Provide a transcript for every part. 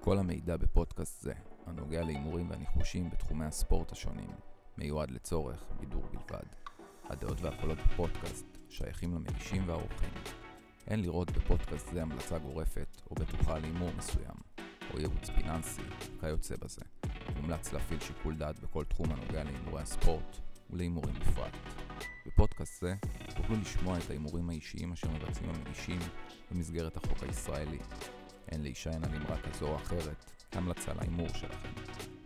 כל המידע בפודקאסט זה, הנוגע להימורים והניחושים בתחומי הספורט השונים, מיועד לצורך בידור בלבד. הדעות והקולות בפודקאסט שייכים למגישים והאורחים. אין לראות בפודקאסט זה המלצה גורפת או בטוחה להימור מסוים, או ייעוץ פיננסי, כיוצא בזה. מומלץ להפעיל שיקול דעת בכל תחום הנוגע להימורי הספורט ולהימורים בפרט. בפודקאסט זה תוכלו לשמוע את ההימורים האישיים אשר מבצעים המגישים במסגרת החוק הישראלי. אין להישען על אמרה כזו או אחרת, המלצה להימור שלכם.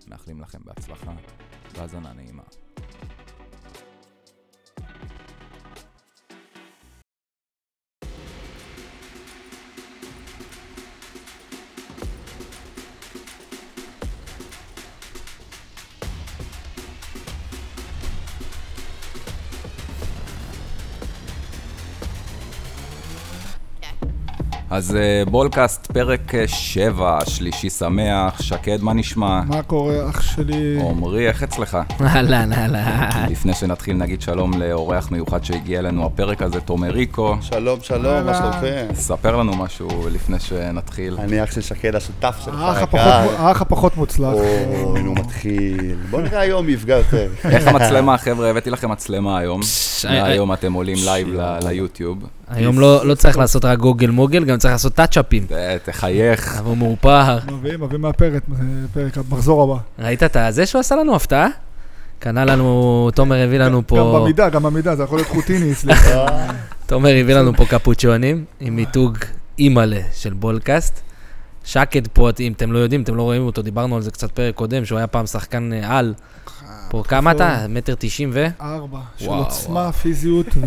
מאחלים לכם בהצלחה והאזנה נעימה. אז אה, בולקאסט פרק 7, שלישי שמח, שקד, מה נשמע? מה קורה, אח שלי? עמרי, איך אצלך? אהלן, אהלן. לפני שנתחיל נגיד שלום לאורח מיוחד שהגיע אלינו הפרק הזה, תומר ריקו. שלום, שלום, מה אהלן. שלומכם? ספר לנו משהו לפני שנתחיל. אני אח של שקד, השותף שלך, האח הפחות- האח הפחות מוצלח. אוי, נו, מתחיל. בוא נראה היום מפגע יותר. איך המצלמה, חבר'ה? הבאתי לכם מצלמה היום. פש, היום אתם עולים לייב ל- ליוטיוב. היום לא לא צריך לעשות רק גוגל מוגל, גם צריך לעשות טאצ'אפים. ת- אה, תחייך. אבל מאופר. מביאים, מביאים מהפרק, פרק המחזור הבא. ראית את הזה שהוא עשה לנו הפתעה? קנה לנו, תומר הביא לנו גם פה, במידה, גם במידה, זה יכול להיות חוטיני אצלך. תומר הביא לנו פה קפוצ'ונים עם מיתוג אימאלה של בולקאסט. שקד פה, אם אתם לא יודעים, אתם לא רואים אותו, דיברנו על זה קצת פרק קודם, שהוא היה פעם שחקן אה, על. פה כמה אתה? נכון. מטר תשעים ו? ארבע, של וואו, עוצמה, פיזיות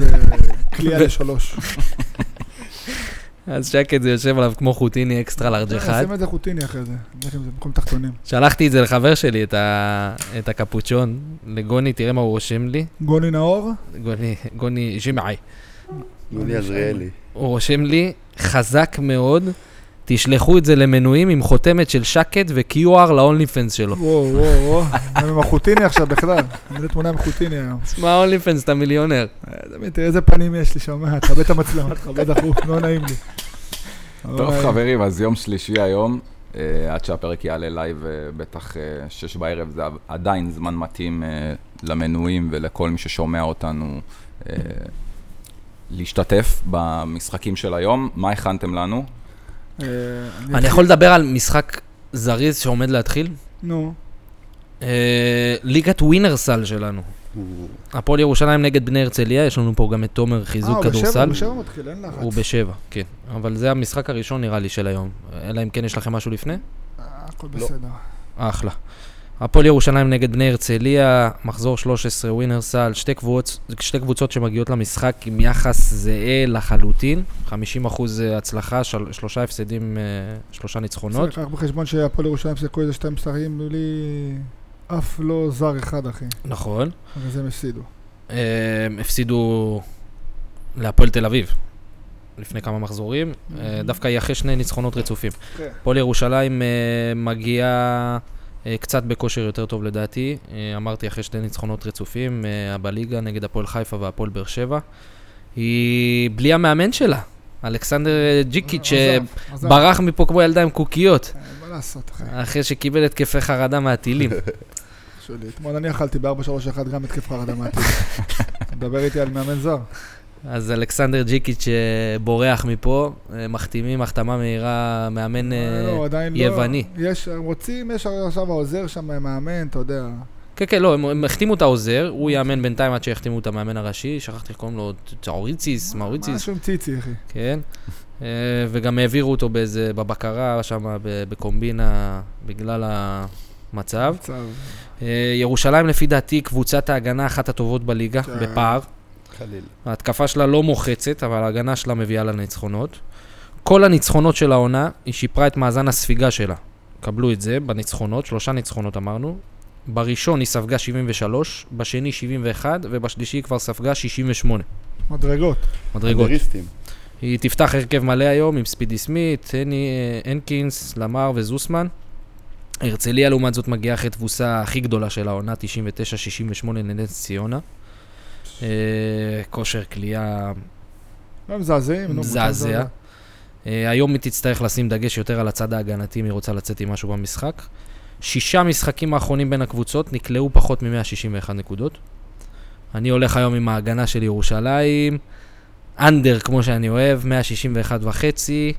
וקליעה לשלוש. אז שקד זה יושב עליו כמו חוטיני אקסטרה לארג' אחד. אה, שים את זה חוטיני אחרי זה, נלך עם זה במקום תחתונים. שלחתי את זה לחבר שלי, את, ה... את הקפוצ'ון, לגוני, תראה מה הוא רושם לי. גוני נאור, גוני, גוני ז'ימעי. יוני עזריאלי. הוא רושם לי, חזק מאוד, תשלחו את זה למנויים עם חותמת של שקד ו-QR להונלי פנס שלו. וואו, וואו, וואו, הם עם החוטיני עכשיו בכלל, אני תמונה עם חוטיני היום. מה הונלי פנס, אתה מיליונר. תמיד, תראה איזה פנים יש לי, שומע, תכבד את המצלמה, תכבד החוק, לא נעים לי. לא טוב, נעים. חברים, אז יום שלישי היום. אה, עד שהפרק יעלה לייב, אה, בטח אה, שש בערב, זה עדיין זמן מתאים אה, למנויים ולכל מי ששומע אותנו אה, להשתתף במשחקים של היום. מה הכנתם לנו? אה, אני יכול לדבר על משחק זריז שעומד להתחיל? נו, אה, ליגת ווינרסל שלנו. הפועל ירושלים נגד בני הרצליה, יש לנו פה גם את תומר אה, חיזוק הוא בשבע, כדורסל. הוא בשבע מתחיל, אין לחץ. הוא בשבע, כן. אבל זה המשחק הראשון נראה לי של היום. אלא אם כן יש לכם משהו לפני? אה, הכל בסדר. אה, אחלה. הפועל ירושלים נגד בני הרצליה, מחזור 13 ווינרסל, שתי, קבוצ... שתי קבוצות שמגיעות למשחק עם יחס זהה לחלוטין, 50% הצלחה, של... שלושה הפסדים, אה, שלושה ניצחונות. צריך לקחת בחשבון שהפועל ירושלים שיחקו איזה שתיים שרים בלי אף לא זר אחד, אחי. נכון. בגלל זה הם הפסידו. אה, הפסידו להפועל תל אביב לפני כמה מחזורים, אה, דווקא היא אחרי שני ניצחונות רצופים. כן. הפועל ירושלים אה, מגיעה אה, קצת בכושר יותר טוב לדעתי. אה, אמרתי, אחרי שני ניצחונות רצופים, אה, בליגה נגד הפועל חיפה והפועל באר שבע. היא בלי המאמן שלה, אלכסנדר אה, ג'יקיץ', אה, עזב, עזב. שברח מפה כמו ילדה עם קוקיות, אה, מה לעשות, אחי? אחרי שקיבל התקפי חרדה מהטילים. שלי. אתמול אני אכלתי ב-431 גם התקף חרדה מהטיל. אתה מדבר איתי על מאמן זר. אז אלכסנדר ג'יקיץ' אה, בורח מפה, אה, מחתימים החתמה מהירה, מאמן... אה, לא, עדיין לא. יווני. יש, הם רוצים, יש עכשיו העוזר שם, מאמן, אתה יודע. כן, כן, לא, הם- הם החתימו את העוזר, הוא יאמן בינתיים עד שיחתימו את המאמן הראשי, שכחתי איך קוראים לו, אה, צאוריציס, מאוריציס, משהו עם ציצי, אחי. כן. אה, וגם העבירו אותו באיזה, בבקרה שם, ב- בקומבינה, בגלל המצב. מצב. אה, ירושלים, לפי דעתי, קבוצת ההגנה אחת הטובות בליגה, כן. בפער. חלילה. ההתקפה שלה לא מוחצת, אבל ההגנה שלה מביאה לה ניצחונות. כל הניצחונות של העונה, היא שיפרה את מאזן הספיגה שלה. קבלו את זה בניצחונות, שלושה ניצחונות אמרנו. בראשון היא ספגה 73, בשני 71, ובשלישי היא כבר ספגה 68. מדרגות. מדרגות. אנדריסטים. היא תפתח הרכב מלא היום עם ספידי סמית, הני, אה, הנקינס, למר וזוסמן. הרצליה לעומת זאת מגיעה אחרי תבוסה הכי גדולה של העונה, 99-68 לנס ציונה. אה, כושר כליאה לא מזעזעים, נו. מזעזע. אה, היום היא תצטרך לשים דגש יותר על הצד ההגנתי אם היא רוצה לצאת עם משהו במשחק. שישה משחקים האחרונים בין הקבוצות נקלעו פחות מ-161 נקודות. אני הולך היום עם ההגנה של ירושלים, אנדר כמו שאני אוהב, 161 וחצי,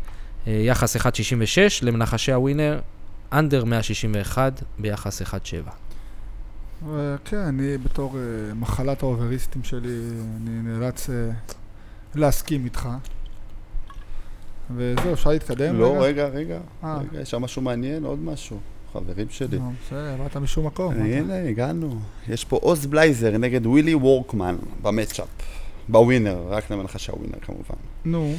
אה, יחס 1.66 למנחשי הווינר, אנדר 161 ביחס 1.7. אה, כן, אני בתור אה, מחלת האובריסטים שלי, אני נאלץ אה, להסכים איתך. וזהו, אפשר להתקדם? לא, רגע, רגע. כן, אה. רגע, יש שם משהו מעניין, עוד משהו. חברים שלי. נו, בסדר, באת משום מקום. הנה, הגענו. יש פה עוז בלייזר נגד ווילי וורקמן במצ'אפ. בווינר, רק למנחש הווינר כמובן. נו,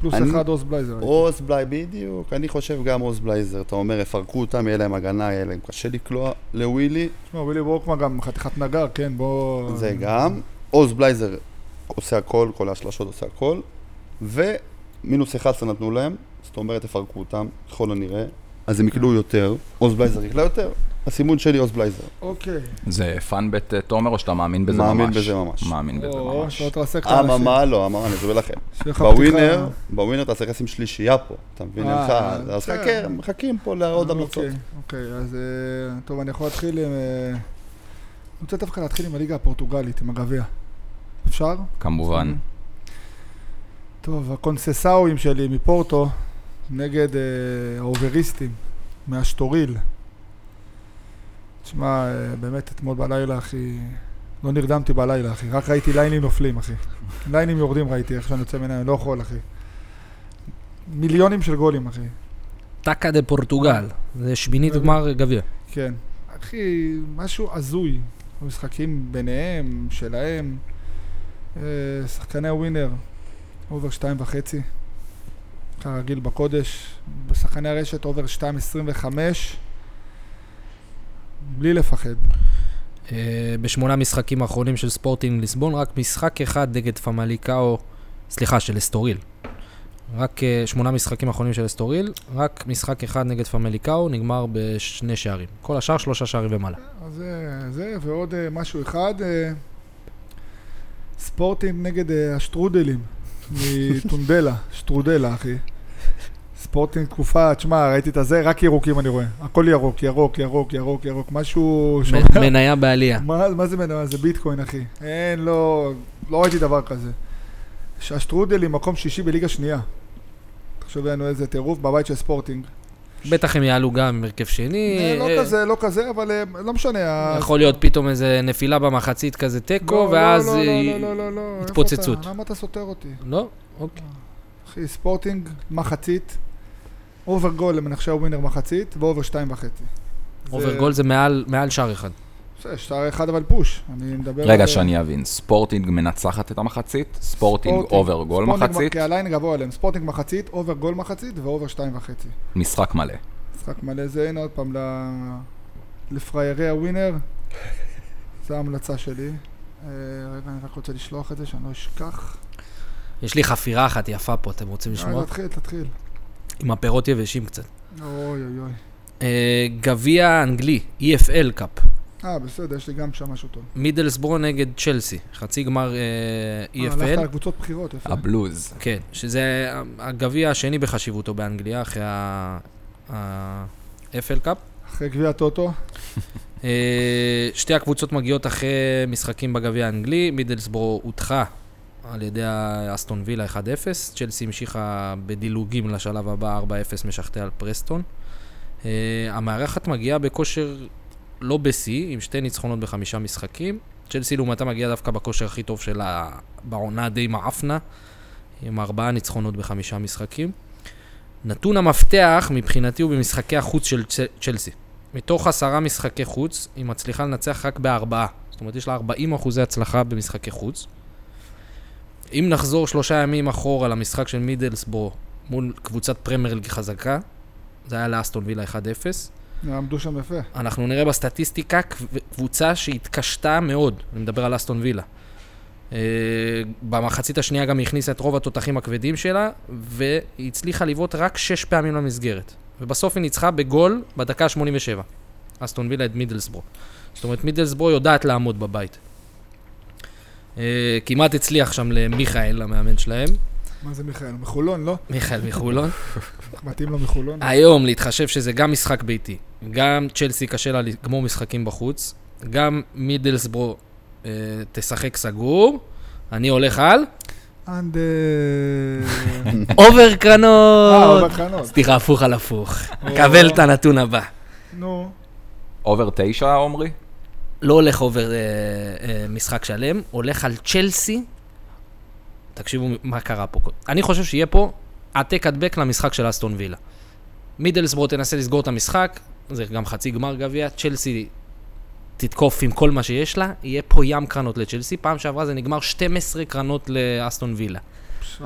פלוס אני- אחד אוס בלייזר. עוז בלי, בדיוק. אני חושב גם עוז בלייזר. אתה אומר, יפרקו אותם, יהיה להם הגנה, יהיה להם קשה לקלוע לווילי. תשמע, ווילי וורקמן גם חתיכת נגר, כן, בוא... זה גם. עוז בלייזר עושה הכל, כל השלשות עושה הכל. ומינוס 11 נתנו להם, זאת אומרת, יפרקו אותם, ככל הנראה. אז הם יקלעו יותר, עוז בלייזר יקלע יותר. הסימון שלי עוז בלייזר. אוקיי. זה פאן בית אה, תומר או שאתה מאמין בזה ממש? מאמין בזה ממש. מאמין בזה או, ממש. שלא תרסק את האנשים. אממה, לא, אממה, אני אסביר לכם. שיהיה לך בווינר, פתיחה- בווינר אתה צריך לשים שלישייה פה, אתה מבין? אה, אין לך, אז בסדר. חכה, מחכים פה לעוד המלצות. אוקיי, אוקיי, אז אה, טוב, אני יכול להתחיל עם... אה, אני רוצה דווקא להתחיל עם הליגה הפורטוגלית, עם הגביע. אפשר? לא, כמובן. טוב, הקונססאויים שלי מפורטו נגד אה, האובריסטים מאשטוריל. תשמע, אה, באמת אתמול בלילה, אחי, לא נרדמתי בלילה, אחי. רק ראיתי ליינים נופלים, אחי. ליינים יורדים ראיתי, איך שאני יוצא מעיניים, לא יכול, אחי. מיליונים של גולים, אחי. טקה דה פורטוגל, אוקיי. זה שמינית גמר גביע. כן. אחי, משהו הזוי. המשחקים ביניהם, שלהם, אה, שחקני הווינר, אובר שתיים וחצי, כרגיל בקודש, בשחקני הרשת אובר שתיים עשרים וחמש, בלי לפחד. אה, בשמונה משחקים האחרונים של ספורטינג ליסבון, רק משחק אחד נגד פמליקאו, סליחה, של אסטוריל. רק אה, שמונה משחקים האחרונים של אסטוריל, רק משחק אחד נגד פמליקאו, נגמר בשני שערים. כל השאר שלושה שערים ומעלה. אז זה, זה ועוד אה, משהו אחד, אה, ספורטינג נגד אה, השטרודלים, מטונדלה, שטרודלה אחי. ספורטינג תקופה, תשמע, ראיתי את הזה, רק ירוקים אני רואה. הכל ירוק, ירוק, ירוק, ירוק, ירוק, משהו... ש- מ- מניה בעלייה. מה, מה זה מנועה? זה ביטקוין, אחי. אין, לא, לא ראיתי דבר כזה. ש- השטרודלים מקום שישי בליגה שנייה. תחשוב לנו איזה טירוף בבית של ספורטינג. בטח הם יעלו גם עם הרכב שני. אה, לא אה, נכון. כזה, לא כזה, אבל אה, לא משנה. ה- יכול להיות פתאום איזה נפילה במחצית כזה לא, תיקו, לא, ואז... לא, לא, אה, לא, לא, לא, לא, איפה אתה? התפוצצות. למה אתה סותר אותי? לא? אוקיי. אחי, ספורטינג, מחצית, אובר גול למנחשי הווינר מחצית, ואובר שתיים וחצי. אובר גול זה מעל מעל שער אחד. זה שער אחד אבל פוש, אני מדבר... רגע, על- שאני אבין, ספורטינג מנצחת את המחצית, ספורטינג ספורטינג- אובר גול ספורטינג מח- מחצית, כי הליין גבוה עליהם, ספורטינג מחצית, אובר גול מחצית ואובר שתיים וחצי. משחק מלא. משחק מלא זה, הנה עוד פעם ל... לפריירי הווינר, זו ההמלצה שלי. אה, רגע, אני רק רוצה לשלוח את זה, שאני לא אשכח. יש לי חפירה אחת יפה פה, אתם רוצים אה, לשמוע? תתחיל, תתחיל. עם הפירות יבשים קצת. אוי אוי אוי. אה, גביע אנגלי, E EFL קאפ. אה, בסדר, יש לי גם שם משהו טוב. מידלסבורו נגד צ'לסי, חצי גמר אה, אה, הלכת על EFL. קבוצות בחירות, יפה. הבלוז. כן, שזה הגביע השני בחשיבותו באנגליה, אחרי ה-FL קאפ. אחרי גביע טוטו, אה, שתי הקבוצות מגיעות אחרי משחקים בגביע האנגלי, מידלסבורו הודחה על ידי אסטון וילה 1-0, צ'לסי המשיכה בדילוגים לשלב הבא 4-0 משחטה על פרסטון. אה, המארחת מגיעה בכושר לא בשיא, עם שתי ניצחונות בחמישה משחקים. צ'לסי לעומתה מגיעה דווקא בכושר הכי טוב שלה בעונה די מעפנה, עם ארבעה ניצחונות בחמישה משחקים. נתון המפתח מבחינתי הוא במשחקי החוץ של צ- צ'לסי. מתוך עשרה משחקי חוץ, היא מצליחה לנצח רק בארבעה. זאת אומרת, יש לה 40 אחוזי הצלחה במשחקי חוץ. אם נחזור שלושה ימים אחורה למשחק של מידלסבורו מול קבוצת פרמייר ליג חזקה, זה היה לאסטון וילה 1-0, עמדו שם יפה. אנחנו נראה בסטטיסטיקה קב- קבוצה שהתקשתה מאוד, אני מדבר על אסטון וילה. אה, במחצית השנייה גם היא הכניסה את רוב התותחים הכבדים שלה, והיא הצליחה לבעוט רק שש פעמים למסגרת. ובסוף היא ניצחה בגול בדקה ה-87. אסטון וילה את מידלסבורו. זאת אומרת, מידלסבורו יודעת לעמוד בבית. אה, כמעט הצליח שם למיכאל, המאמן שלהם. מה זה מיכאל? הוא מחולון, לא? מיכאל מחולון. מתאים לו מחולון? היום, להתחשב שזה גם משחק ביתי, גם צ'לסי קשה לה לגמור משחקים בחוץ, גם מידלסברו אה, תשחק סגור, אני הולך על אנדר... אובר אה, אובר קרנות. קרנות. סליחה, הפוך על הפוך. קבל את הנתון הבא. נו, אובר תשע, עומרי? לא הולך אובר אה, אה, משחק שלם, הולך על צ'לסי. תקשיבו מה קרה פה. אני חושב שיהיה פה העתק הדבק למשחק של אסטון וילה. מידלסבורו תנסה לסגור את המשחק, זה גם חצי גמר גביע, צ'לסי תתקוף עם כל מה שיש לה, יהיה פה ים קרנות לצ'לסי. פעם שעברה זה נגמר 12 קרנות לאסטון וילה.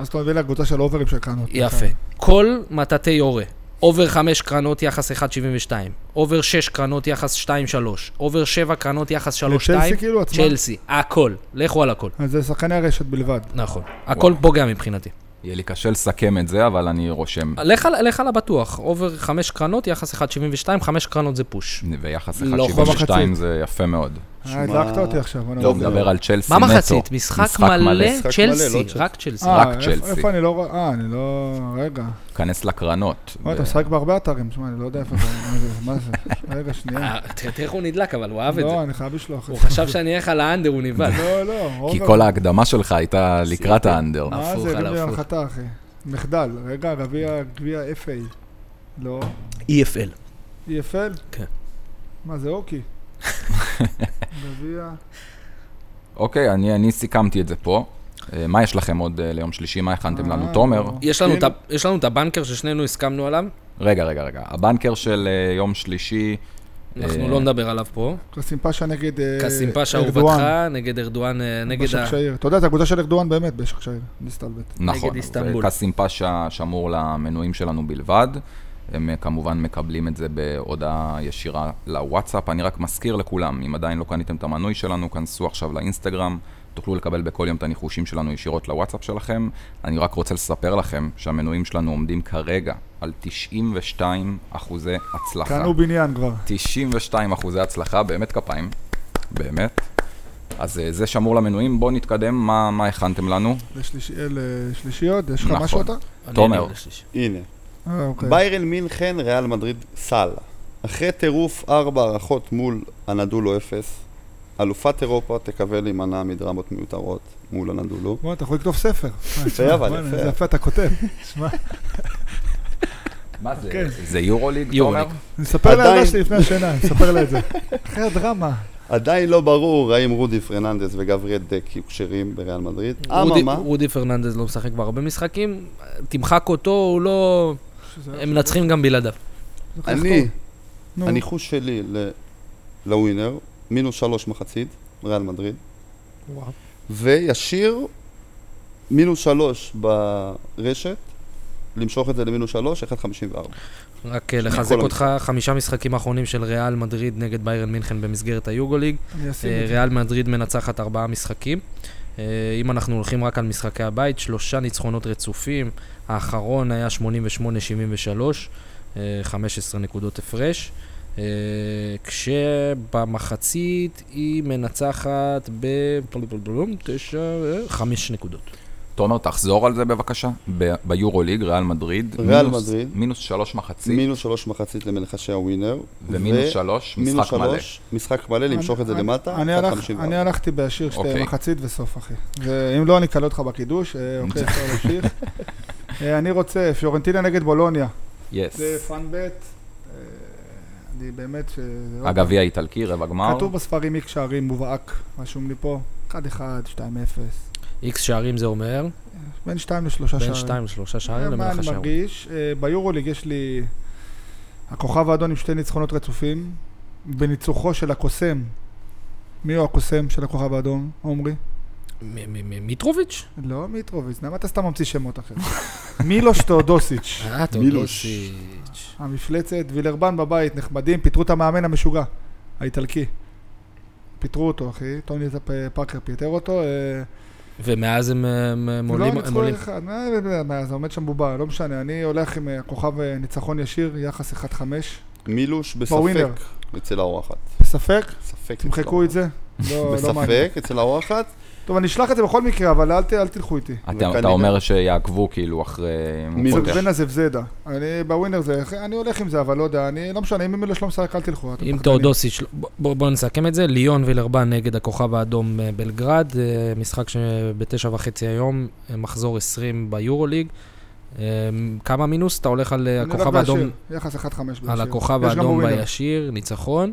אז אתה מביא לה קבוצה של אוברים של קרנות. יפה. כל מטאטי יורה. אובר 5 קרנות יחס 1.72, אובר 6 קרנות יחס 2.3, אובר 7 קרנות יחס 3.2, לצ'לסי כאילו עצמה? צ'לסי, הכל, לכו על הכל. אז זה שחקני הרשת בלבד. נכון, הכל פוגע מבחינתי. יהיה לי קשה לסכם את זה, אבל אני רושם. לך על- לך על הבטוח, אובר 5 קרנות, יחס 1.72, 5 קרנות זה פוש. ויחס לא, 1.72 במחצית. זה יפה מאוד. אה, שמע- הדלקת אותי עכשיו. בוא טוב, נראה. נדבר על צ'לסי מה נטו. מחצית? משחק מלא, משחק מלא, לא צ'לסי, צ'לסי. רק צ'לסי. אה, רק איפה- צ'לסי. איפה אני לא... ר- אה, אני לא... רגע. כנס לקרנות. וואי, ו- אתה משחק בהרבה אתרים, שמע, אני לא יודע איפה זה, מה זה, מה זה. רגע, שנייה. אה, תראה איך הוא נדלק, אבל הוא אהב את זה. לא, אני חייב לשלוח את הוא זה. חשב שאני אלך על האנדר, הוא נבהל. לא, לא, אובר. כי כל ההקדמה שלך הייתה לקראת האנדר. מה לא, הפוך זה, על גביע הפוך. הנחתה, אחי? מחדל. רגע, גביע, גביע FA. לא. E EFL. EFL? כן. מה זה, אוקי? גביע... אוקיי, אני אני סיכמתי את זה פה. אה, מה יש לכם עוד אה, ליום שלישי? מה הכנתם אה, לנו? תומר? לא. יש לנו כאילו- את ה- יש לנו את הבנקר ששנינו הסכמנו עליו, רגע, רגע, רגע. הבנקר של אה, יום שלישי, אה, אנחנו לא נדבר עליו פה. קסים פאשה נגד אה, קאסים פאשה ארדואן. אהובתך, נגד ארדואן, אה, נגד ה... בשק שעיר. אתה יודע, את הקבוצה של ארדואן באמת בשק שעיר. נסתלבט. נכון. איסטנבול. קאסים פאשה שמור למנויים שלנו בלבד. הם אה, כמובן מקבלים את זה בהודעה ישירה לוואטסאפ. אני רק מזכיר לכולם, אם עדיין לא קניתם את המנוי שלנו, כנסו עכשיו לאינסטגרם, תוכלו לקבל בכל יום את הניחושים שלנו ישירות לוואטסאפ שלכם. אני רק רוצה לספר לכם שהמנויים שלנו עומדים כרגע על 92 אחוזי הצלחה. נכון. קנו בניין כבר. 92 אחוזי הצלחה, באמת כפיים, באמת. אז אה, זה שמור למנויים, בואו נתקדם, מה, מה הכנתם לנו? לשלישי- אה, לשלישי עוד? יש לך נכון. משהו אתה? אני- תומר. אני בשלישי. הנה, אה, אוקיי. ביירן מינכן, ריאל מדריד, סל. אחרי טירוף ארבע הערכות מול הנדולו אפס, אלופת אירופה תקווה להימנע מדרמות מיותרות מול הנדולו. בוא, אתה יכול לכתוב ספר. אה, תשמע, אבל, בוא'נה, יפה. איזה יפה אתה כותב. שמע, מה זה? כן. זה יורוליג, יורוליג. תומר? אני מספר לילדה עדיין- שלי לפני השינה, אני מספר לה את זה. אחרי הדרמה. עדיין לא ברור האם רודי פרננדס וגבריאל דק יהיו כשרים בריאל מדריד. רודי- אממה, רודי פרננדז לא משחק כבר הרבה משחקים, תמחק אותו, הוא לא... הם מנצחים גם בלעדיו. אני, נו, הניחוש שלי ל- לווינר, מינוס שלוש מחצית, ריאל מדריד, וואו. וישיר מינוס שלוש ברשת, למשוך את זה למינוס שלוש, 1.54. רק אה, לחזק כל אותך, חמישה משחקים האחרונים של ריאל מדריד נגד ביירן מינכן במסגרת היוגוליג. אני אשים אה, את זה. ריאל מדריד מנצחת ארבעה משחקים. אה, אם אנחנו הולכים רק על משחקי הבית, שלושה ניצחונות רצופים, האחרון היה 88-73, אה, 15 נקודות הפרש, אה, כשבמחצית היא מנצחת ב... בלבלבלום, תשע, אה, חמש נקודות. תומר, תחזור על זה בבקשה. ב- ביורוליג, ריאל מדריד. ריאל מינוס- מדריד. מינוס שלוש מחצית, מינוס שלוש מחצית למנחשי הווינר. ומינוס ו- שלוש, מינוס משחק מלא. שלוש, משחק מלא, למשוך את זה אני- למטה, אה, אני הלך- 1.54. אני הלכתי בשיר שתי אוקיי. מחצית וסוף, אחי. ואם לא, אני אקלל אותך בקידוש. אה, אוקיי, אפשר להמשיך. אה, אני רוצה, פיורנטינה נגד בולוניה. יס. זה פאנבט. אה, אני באמת ש... לא- הגביע האיטלקי, רבע גמר. כתוב בספרים איקס שערים מובהק, רשום לי פה. 1-1, 2-0. איקס שערים זה אומר, בין 2 ל-3 שערים. אה, בין שתיים לשלושה שערים מה למלך אני השערים. מרגיש? אה, ביורוליג יש לי... הכוכב האדון עם שתי ניצחונות רצופים, בניצוחו של הקוסם. מי הוא הקוסם של הכוכב האדום, עומרי? מ- מ- מ- מיטרוביץ'? לא, מיטרוביץ, למה אתה סתם ממציא שמות אחרים? מילוש טאודוסיץ', אה, מילוש. טודוסיץ'. המפלצת, וילרבן בבית, נחמדים, פיטרו את המאמן המשוגע, האיטלקי. פיטרו אותו, אחי, טוני זאפ- פארקר פיטר אותו, אה, ומאז הם, הם, הם לא עולים, הם ניצחו עולים. אחד, מה, מה, מה, אה, זה עומד שם בובה, לא משנה, אני הולך עם אה, כוכב אה, ניצחון ישיר, יחס 1-5, מילוש בווינר. בספק אצל האורחת. בספק, ספק. אצל תמחקו את זה, לא לא מעניין. בספק אצל האורחת, טוב, אני אשלח את זה בכל מקרה, אבל אל ת- אל תלכו איתי. אתה אתה וכנראה- אומר שיעקבו כאילו אחרי... אם הוא מי זה? פותח. בין הזבזדה. אני בווינר זה, אני הולך עם זה, אבל לא יודע, אני לא משנה, אם מילוש לא משחק, אל תלכו. אתם אם פחדנים. תאודוסיץ', לא- בואו נסכם את זה, ליון וילרבן נגד הכוכב האדום אה, בלגרד, אה, משחק שבתשע וחצי היום, אה, מחזור 20 ביורוליג. אה, כמה מינוס? אתה הולך על אה, אני הולך הכוכב האדום, בישיר, יחס 1-5 בישיר. על הכוכב יש גם האדום בווינר. בישיר, ניצחון,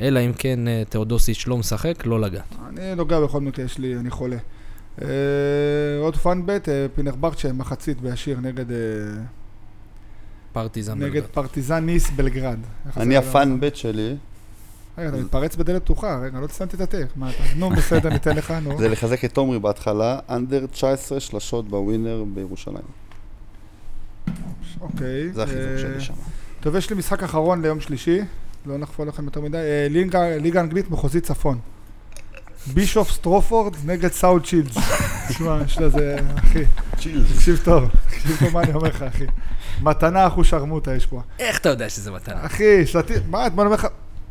אלא אם כן אה, תאודוסיץ' לא משחק, לא לגעת. אני נוגע בכל מקרה, יש לי, אני חולה. אה, עוד פאנבט, אה, פינרברצ'ה, מחצית בישיר נגד, אה, פרטיזן נגד בלגרד. פרטיזן ניס בלגרד. יחס אני אחד- הפאן בית שלי, רגע, אתה מתפרץ בדלת פתוחה, רגע, לא תסתמתי את התיק. מה אתה, נו, בסדר, ניתן לך, נו. זה לחזק את תומרי בהתחלה, אנדר 19 שלשות בווינר בירושלים. אוקיי. זה החיזוק אה, שלי שם. טוב, יש לי משחק אחרון ליום שלישי, לא נחפור לכם יותר מדי. אה, ליגה- ליגה אנגלית מחוזית צפון. בישוף סטרופורד נגד סאוד שילדס. תשמע, יש לזה, אחי, צ'ילס. תקשיב טוב, תקשיב טוב מה אני אומר לך, אחי. מתנה אחושרמוטה יש פה. איך אתה יודע שזה מתנה? אחי, סטי- מה, אתמול אומר לך,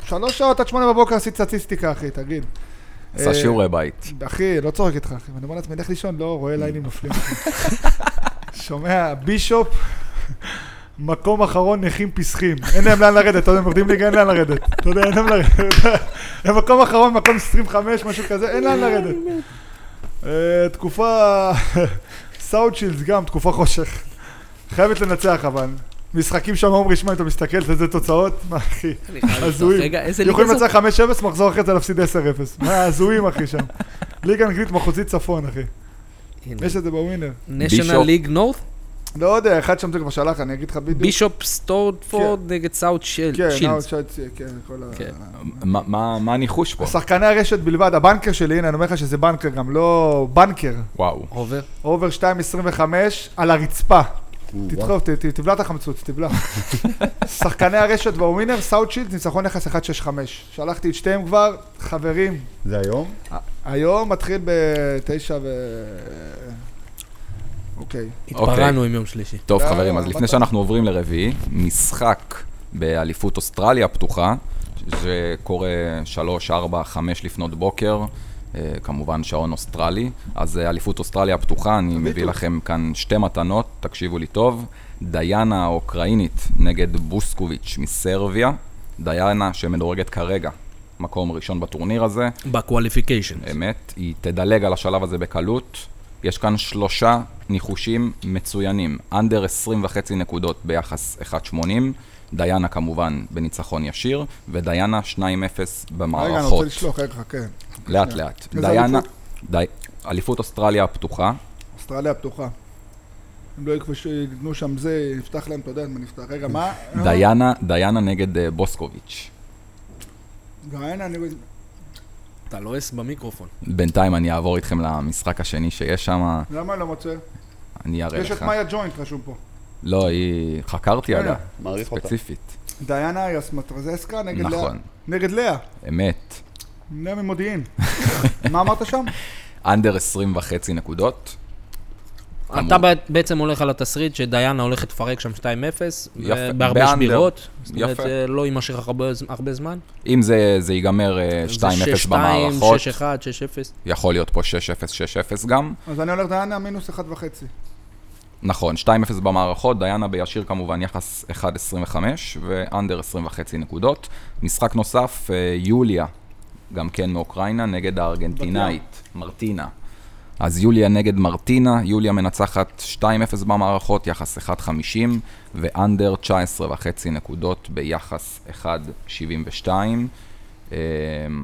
שלוש שעות עד שמונה בבוקר עשית סטטיסטיקה, אחי, תגיד. עשה אה, שיעורי בית. אחי, לא צוחק איתך, אחי. ואני אומר לעצמי, לך לישון, לא, רואה ליינים נופלים. אחי. שומע, בישופ, מקום אחרון, נכים פסחים. אין להם לאן לרדת, אתה יודע, הם יורדים ליגה, אין לאן לרדת. אתה יודע, אין להם לרדת. הם מקום אחרון, מקום 25, משהו כזה, אין לאן לרדת. אה, תקופה, סאוטשילדס גם, תקופה חושך. חייבת לנצח אבל. משחקים שם עומרי, שמע, אם אתה מסתכל, איזה תוצאות, מה אחי? הזויים. רגע, איזה ליגה יכולים זאת? לנצח 5-0, מחזור אחרי זה להפסיד 10-0. מה, הזויים אחי שם. ליגה אנגלית מחוזית צפון אחי. יש את זה בווינר. national בישוף. league north? לא יודע, אחד שם זה כבר שלח, אני אגיד לך בדיוק. בישופ סטורדפורד נגד סאוט כן, שילד. נאו צ'אצ'י, כן, כל ה... כן. מה- מה מה הניחוש אה, פה? שחקני הרשת בלבד, הבנקר שלי, הנה, אני אומר לך שזה בנקר גם, לא בנקר. וואו. עובר. אובר 2.25 על הרצפה. תדחוף, ת- ת- תבלע את החמצוץ, תבלע. שחקני הרשת והווינר, סאוט שילד, ניצחון יחס 1.65. שלחתי את שתיהם כבר, חברים, זה היום? היום מתחיל בתשע ו... אוקיי. התפרענו עם יום שלישי. טוב לא, חברים, אז מה לפני אתה- שאנחנו עוברים לרביעי, משחק באליפות אוסטרליה הפתוחה, זה קורה 3, 4, 5 לפנות בוקר, אה, כמובן שעון אוסטרלי, אז אה, אליפות אוסטרליה הפתוחה, אני מביא טוב. לכם כאן שתי מתנות, תקשיבו לי טוב, דיאנה האוקראינית נגד בוסקוביץ' מסרביה, דיאנה שמדורגת כרגע. מקום ראשון בטורניר הזה, בקואליפיקיישן. אמת, היא תדלג על השלב הזה בקלות. יש כאן שלושה ניחושים מצוינים, אנדר 20 וחצי נקודות ביחס 1.80, דיאנה כמובן בניצחון ישיר, ודיינה 2-0 במערכות. רגע, אני רוצה לשלוח, רגע, חכה. לאט שנייה. לאט. איזה דיינה, אליפות? די, אליפות אוסטרליה הפתוחה, אוסטרליה פתוחה. אם לא יכבשו, יגנו שם זה, יפתח להם, אתה יודע מה נפתח. רגע, מה? דיינה, דיינה נגד אה, בוסקוביץ'. גאיין, אני... אתה לועס במיקרופון. בינתיים אני אעבור איתכם למשחק השני שיש שם, למה אני לא מוצא? אני אראה יש אה. את לך. מאיה ג'וינט רשום פה. לא, היא... חקרתי רגע. עליה, מעריך אותה. ספציפית. דיאנה יסמטרזסקה נגד לאה. נכון, נגד לאה. אמת. לאה ממודיעין. מה אמרת שם? אנדר 20 וחצי נקודות. אתה ב- בעצם הולך על התסריט שדיינה הולכת לפרק שם 2-0, יפה, בהרבה באנדר. שבירות. זאת אומרת, יפה. אה, לא יימשך הרבה ז- הרבה זמן. אם זה, זה ייגמר אה, 2-0 במערכות, 6-2, 6-1, 6-0. יכול להיות פה 6-0, 6-0 גם. אז אני הולך דיאנה מינוס אחד וחצי. נכון, 2-0 במערכות, דיאנה בישיר כמובן יחס 1-25 ואנדר 20 וחצי נקודות. משחק נוסף, אה, יוליה, גם כן מאוקראינה, נגד הארגנטינאית, מרטינה. אז יוליה נגד מרטינה, יוליה מנצחת 2-0 במערכות, יחס 1.50, ואנדר 19 וחצי נקודות ביחס 1.72. אה,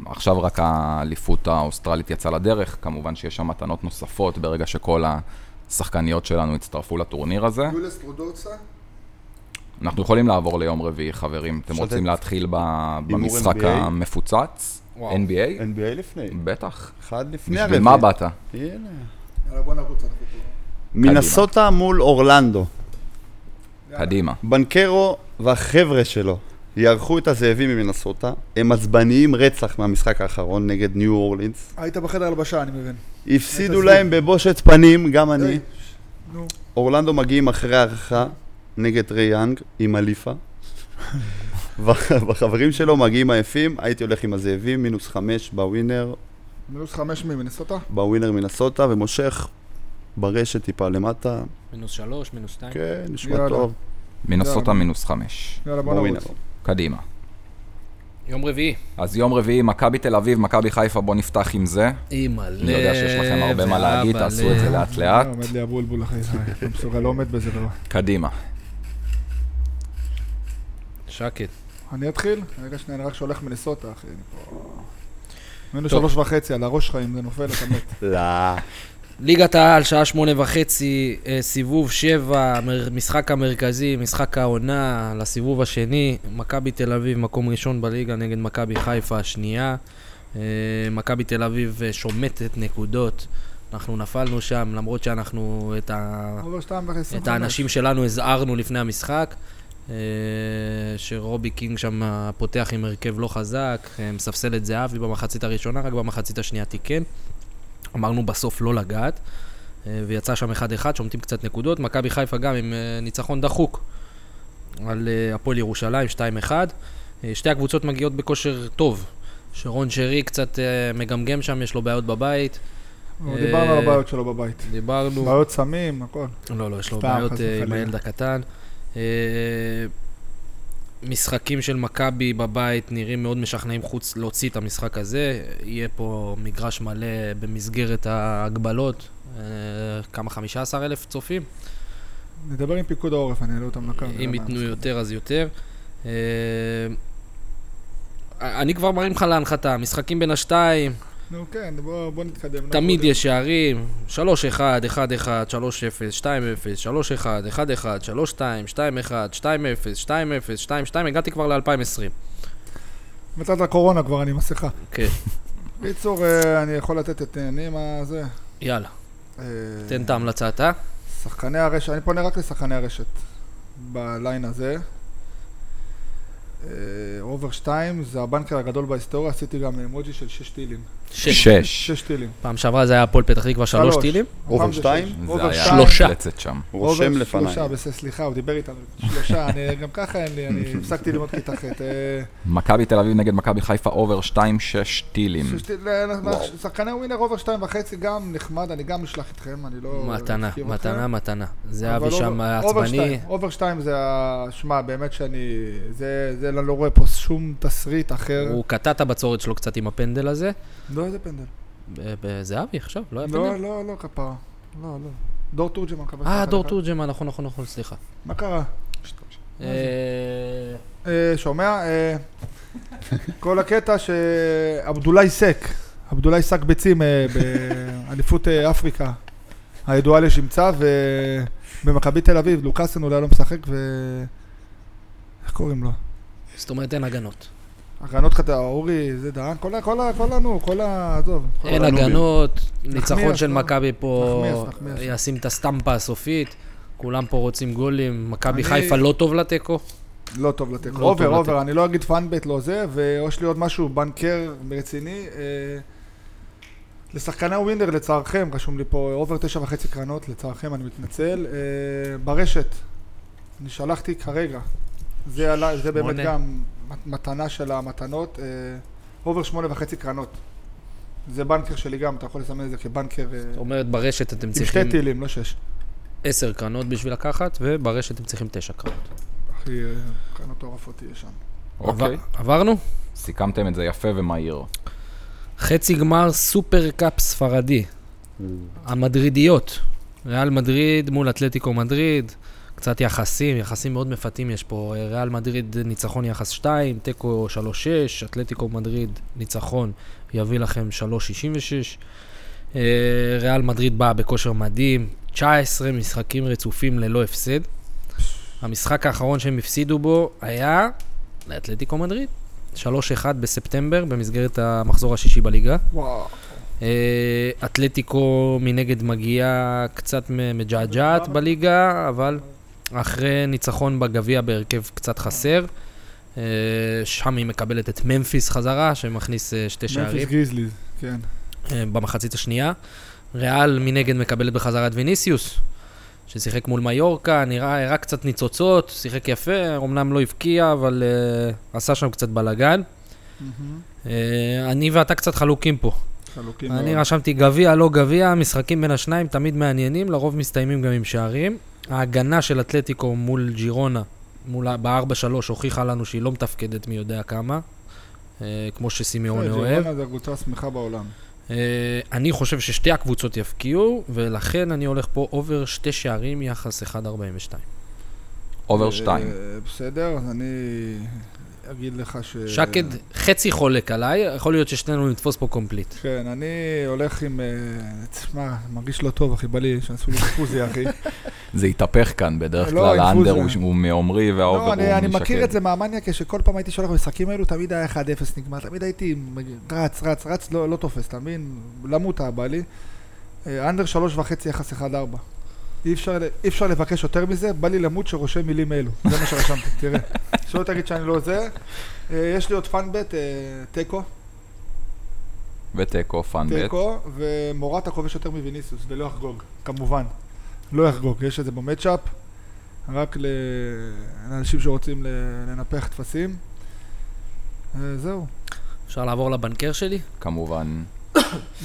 עכשיו רק האליפות האוסטרלית יצאה לדרך, כמובן שיש שם מתנות נוספות ברגע שכל השחקניות שלנו יצטרפו לטורניר הזה. יוליה סטרודורצה? אנחנו יכולים לעבור ליום רביעי, חברים. אתם שותת. רוצים להתחיל ב- במשחק NBA? המפוצץ? וואו. NBA? NBA לפני. בטח. אחד לפני בשביל מה באת? הנה. יאללה, בוא נרוץ, אנחנו פה. מנסוטה מול אורלנדו. קדימה. בנקרו והחבר'ה שלו יארחו את הזאבים ממנסוטה. הם עצבניים רצח מהמשחק האחרון נגד ניו אורלינס. היית בחדר הלבשה, אני מבין. הפסידו להם בבושת פנים, גם אני. היי, נו. אורלנדו מגיעים אחרי ההערכה נגד ריי יאנג עם אליפה. והחברים שלו מגיעים עייפים, הייתי הולך עם הזאבים, מינוס חמש בווינר, מינוס חמש ממנסוטה? בווינר מנסוטה ומושך ברשת טיפה למטה. מינוס שלוש, מינוס שתיים. כן, נשמע יאללה. טוב. מנסוטה מינוס חמש. יאללה, בוא בווינר. נרוץ. קדימה. יום רביעי. אז יום רביעי, מכבי תל אביב, מכבי חיפה, בוא נפתח עם זה. אימא'לה. אני יודע שיש לכם הרבה מה להגיד, תעשו את זה לאט לאט. לא, עומד לי הבולבול אחרי זה, אני לא מסוגל, לא עומד בזה דבר. קדימה. שקט. אני אתחיל? רגע שנייה, אני רק שולח מנסוטה, אחי, אני פה... מינוס טוב. שלוש וחצי, על הראש שלך, אם זה נופל, אתה מת. לא. ליגת העל, שעה שמונה וחצי, אה, סיבוב שבע, מר- משחק המרכזי, משחק העונה, לסיבוב השני, מכבי תל אביב, מקום ראשון בליגה נגד מכבי חיפה השנייה. אה, מכבי תל אביב אה, שומטת נקודות. אנחנו נפלנו שם, למרות שאנחנו את, ה... עובר שתיים וחצי. את האנשים שלנו הזהרנו לפני המשחק. אה, שרובי קינג שם פותח עם הרכב לא חזק, אה, מספסל את זהבי במחצית הראשונה, רק במחצית השנייה תיקן. אמרנו בסוף לא לגעת, אה, ויצא שם 1-1, שומטים קצת נקודות. מכבי חיפה גם עם אה, ניצחון דחוק על אה, הפועל ירושלים, 2-1. אה, שתי הקבוצות מגיעות בכושר טוב. שרון שרי קצת אה, מגמגם שם, יש לו בעיות בבית. דיברנו אה, על הבעיות שלו בבית. דיברנו... בעיות סמים, הכל. לא, לא, יש לו סתם, בעיות חס אה, עם וחלילה. הילד הקטן. אה, משחקים של מכבי בבית נראים מאוד משכנעים חוץ להוציא את המשחק הזה. יהיה פה מגרש מלא במסגרת ההגבלות. אה, כמה? 15 אלף צופים? נדבר עם פיקוד העורף, אני אעלה אותם לקו. אם ייתנו יותר אז יותר. אה, אני כבר מרים לך להנחתה, משחקים בין השתיים, נו כן, בוא בוא נתקדם. תמיד נעבור יש שערים, 3-1, 1-1, 3-0, 2-0, 3-1, 1-1, 3-2, 2-1, 2-0, 2-0, 2-2, הגעתי כבר ל-2020. מצאת הקורונה כבר, אני עם מסכה. כן, בקיצור, אה, אני יכול לתת את אה, נימה זה. יאללה, אה, תן את ההמלצה אתה. שחקני הרשת, אני פונה רק לשחקני הרשת בליין הזה. אה, אובר 2 זה הבנקר הגדול בהיסטוריה, עשיתי גם אמוג'י של 6 טילים. שש. שש. 6 טילים. פעם שעברה זה היה הפועל פתח תקווה שלוש שלוש. טילים. אובר הפעם זה שתיים? שש. זה אובר היה שתיים. שלושה. מפלצת שם. רושם אובר לפניי. שלושה, בסדר, סליחה, הוא דיבר איתנו. שלושה, אני גם ככה אין לי, אני הפסקתי ללמוד כיתה ח'. אה, מכבי תל אביב נגד מכבי חיפה, אובר 2-6 טילים. ששתי- ל- ל- וואו. שחקני ווינר אובר שתיים וחצי גם נחמד, אני גם אשלח אתכם, אני לא... מתנה, אזכיר אתכם. מתנה, מתנה. זה אבל לא- אבי שם אובר- אובר העצבני. שתיים, אובר שתיים זה ה... שמע, באמת שאני... זה, זה, אני לא רואה פה שום תסריט אחר. הוא קטע את הבצורת שלו קצת עם הפנדל הזה. לא, איזה פנדל. ב- ב- זה אבי עכשיו, לא היה לא, פנדל? לא, לא, כפרה. לא, לא. דור תורג'מן קבע. אה, אחד דור אחד. תורג'מן, נכון, נכון, נכון, סליחה. מה קרה? אה, אה, שומע? אה, כל הקטע שעבדולאי סק, עבדולאי סק ביצים אה, באליפות אה, אפריקה, הידועה לשמצה, ובמכבי תל אביב, לוקאסן אולי לא משחק, ו... איך קוראים לו? זאת אומרת אין הגנות. הגנות חטא, אורי, זה דהן, כל ה... כל ה... כל הנו, כל ה... עזוב. כל אין ה- הנובים. הגנות, ניצחון נחמיאס, של לא? מכבי פה נחמיאס, נחמיאס. ישים את הסטמפה הסופית, כולם פה רוצים גולים, מכבי אני- חיפה לא טוב לתיקו, לא טוב לתיקו. לא אובר, טוב אובר, אני לא אגיד פאנבט, לא זה, ויש לי עוד משהו, בנקר רציני. אה, לשחקני הווינר, לצערכם, רשום לי פה, אובר תשע וחצי קרנות, לצערכם, אני מתנצל. אה, ברשת, אני שלחתי כרגע. זה, עלה, זה באמת שמונה. גם מת- מתנה של המתנות. אה, אובר שמונה וחצי קרנות. זה בנקר שלי גם, אתה יכול לסמן את זה כבנקר... אה, זאת אומרת ברשת אתם עם שתי צריכים טילים, לא שש. עשר קרנות בשביל לקחת, וברשת אתם צריכים תשע קרנות. אחי, אה, קרנות טורפות תהיה שם. אוקיי. עבר- עברנו? סיכמתם את זה יפה ומהיר. חצי גמר סופר קאפ ספרדי, המדרידיות, ריאל מדריד מול אתלטיקו מדריד. קצת יחסים, יחסים מאוד מפתים יש פה. אה, ריאל מדריד ניצחון יחס 2, תיקו 3-6, אתלטיקו מדריד ניצחון יביא לכם 3.66. אה, ריאל מדריד באה בכושר מדהים, 19 משחקים רצופים ללא הפסד. המשחק האחרון שהם הפסידו בו היה לאתלטיקו מדריד, 3-1 בספטמבר במסגרת המחזור השישי בליגה. וואו. אה, אתלטיקו מנגד מגיעה קצת מ- מג'עג'עת בליגה, אבל אחרי ניצחון בגביע בהרכב קצת חסר. אה, שם היא מקבלת את ממפיס חזרה, שמכניס אה, שתי שערים ממפיס גריזליז, כן. אה, במחצית השנייה. ריאל מנגד מקבלת בחזרה את ויניסיוס, ששיחק מול מיורקה, נראה, הראה קצת ניצוצות, שיחק יפה, אמנם לא הבקיע, אבל uh, עשה שם קצת בלאגן. מהמם. Uh, אני ואתה קצת חלוקים פה. חלוקים מאוד. אני רשמתי גביע, לא גביע, המשחקים בין השניים תמיד מעניינים, לרוב מסתיימים גם עם שערים. ההגנה של אתלטיקו מול ג'ירונה, מול ה- ב-4-3, הוכיחה לנו שהיא לא מתפקדת מי יודע כמה, אה, כמו שסימיון ג'ירונה אוהב. זה הקבוצה השמחה בעולם. אה, אני חושב ששתי הקבוצות יפקיעו, ולכן אני הולך פה אובר שתי שערים יחס 1.42. אובר אה, 2. בסדר, אז אני אגיד לך ש... שקד חצי חולק עליי, יכול להיות ששנינו נתפוס פה קומפליט. כן, אני הולך עם... אה, תשמע, מרגיש לא טוב, אחי, בא לי שעשו לי פוזי, אחי. זה התהפך כאן בדרך לא, כלל, האנדר אינפוזיה. הוא ש- הוא מעומרי והאובר לא, הוא אני, אני משקר. מכיר את זה מהמאניה, כשכל פעם הייתי שולח במשחקים האלו, תמיד היה 1-0 נגמר, תמיד הייתי רץ, רץ, רץ, לא, לא תופס, אתה מבין? למות היה בא לי. אה, אנדר שלוש וחצי יחס 1-4. אי אפשר, אי אפשר לבקש יותר מזה, בא לי למות שרושם מילים אלו, זה מה שרשמתי, תראה. שלא תגיד שאני לא זה. אה, יש לי עוד פאנבט, אה, תיקו, ותיקו, פאנבט. תיקו, ומורטה כובש יותר מוויניסיוס, ולא יחגוג, כמובן. לא יחגוג, יש את זה במצ'אפ, רק ל- לאנשים שרוצים ל- לנפח טפסים. אה, זהו. אפשר לעבור לבנקר שלי? אה. כמובן.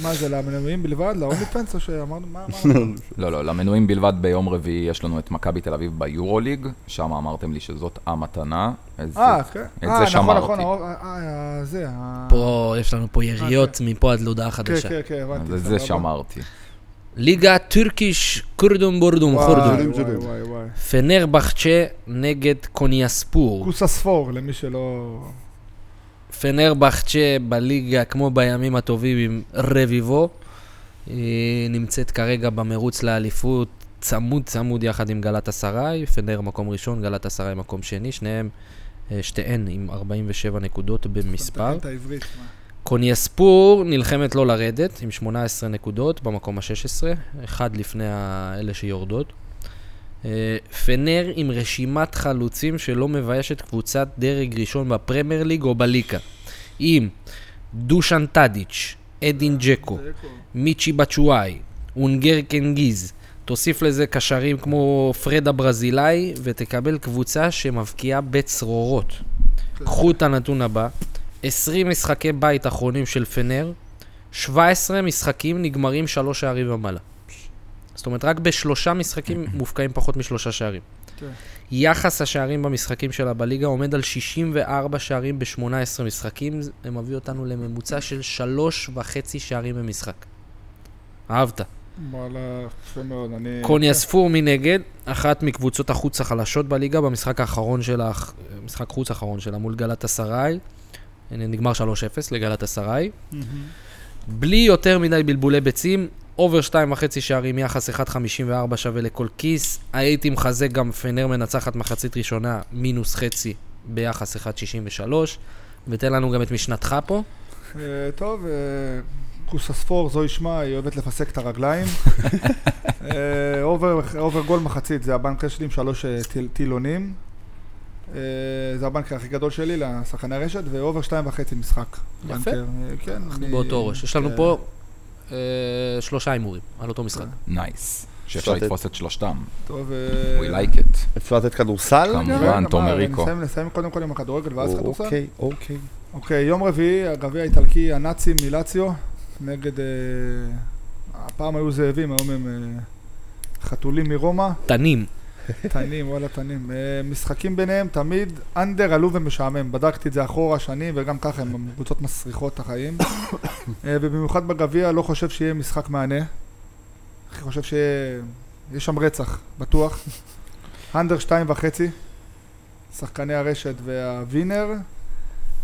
מה זה, למנויים בלבד? להולי פנס או שאמרנו? מה מה? לא, לא, למנויים בלבד ביום רביעי יש לנו את מכבי תל אביב ביורוליג, שם אמרתם לי שזאת המתנה. אז אה, כן. זה אה, נכון, שמרתי. נכון, האור- אה, אה, זה. ה- פה, יש לנו פה יריות מפה עד להודעה כן, חדשה. כן, כן, הבנתי. אז את זה סבבה. שמרתי. ליגה טורקיש קורדום בורדום וואי, חורדום. וואי, וואי, וואי. פנר בחצ'ה נגד קוניאספור. קוסספור, למי שלא... פנר בחצ'ה בליגה כמו בימים הטובים עם רביבו. היא נמצאת כרגע במרוץ לאליפות צמוד צמוד יחד עם גלת אסריי. פנר מקום ראשון, גלת אסריי מקום שני. שניהם, אה, שתיהן עם 47 נקודות במספר. אתה העברית, מה? קוניאספור נלחמת לא לרדת עם 18 נקודות במקום ה-16, אחד לפני האלה שיורדות. אה, פנר עם רשימת חלוצים שלא מביישת קבוצת דרג ראשון בפרמייר ליג או בליקה. עם דושן טאדיץ', אדין ג'קו, תיקו. מיצ'י בצ'ואי, אונגר קנגיז. תוסיף לזה קשרים כמו פרד הברזילאי, ותקבל קבוצה שמבקיעה בצרורות. קחו את הנתון הבא, 20 משחקי בית אחרונים של פנר, 17 משחקים נגמרים שלוש שערים ומעלה. זאת אומרת, רק בשלושה משחקים מופקעים פחות משלושה שערים. כן. יחס השערים במשחקים שלה בליגה עומד על 64 שערים ב-18 משחקים, זה מביא אותנו לממוצע של שלוש וחצי שערים במשחק. אהבת. וואלה, יפה מאוד, אני... קוני אספור מנגד, אחת מקבוצות החוץ החלשות בליגה במשחק האחרון שלה, משחק חוץ האחרון שלה מול גלת אסריי. נגמר 3-0 לגלת אסריי. מהמם. בלי יותר מדי בלבולי ביצים, אובר 2.5 שערים, יחס 1.54 שווה לכל כיס. הייתי מחזק גם פנר מנצחת מחצית ראשונה, מינוס חצי ביחס 1.63. ותן לנו גם את משנתך פה. אה, טוב, אה, קוסספור, זוהי שמה, היא אוהבת לפסק את הרגליים. אה, אובר אובר גול מחצית, זה הבנקר שלי עם שלוש אה, טיל- טילונים. אה, זה הבנקר הכי גדול שלי לשחקני הרשת, ואובר שתיים וחצי משחק. יפה. בנקר, אה, כן. אנחנו אני- באותו ראש. יש לנו כן. פה אה, שלושה הימורים על אותו משחק. אה. נייס. שאפשר אפשר לתפוס את שלושתם. טוב, We אה, like it. אפשר לתת כדורסל? כמובן. כן, מובן, אמר, תומר אני ריקו. נסיים- נסיים קודם כל עם הכדורגל ואז כדורסל. אוקיי, אוקיי. אוקיי, יום רביעי, הגביע האיטלקי, הנאצים מלציו, נגד... אה, הפעם היו זאבים, היום הם אה, חתולים מרומא. תנים. תנים, וואלה תנים. אה, משחקים ביניהם תמיד אנדר עלוב ומשעמם. בדקתי את זה אחורה שנים, וגם ככה הם קבוצות מסריחות את החיים. אה, ובמיוחד בגביע, לא חושב שיהיה משחק מהנה. אני חושב שיהיה... יש שם רצח, בטוח. אנדר שתיים וחצי, שחקני הרשת והווינר,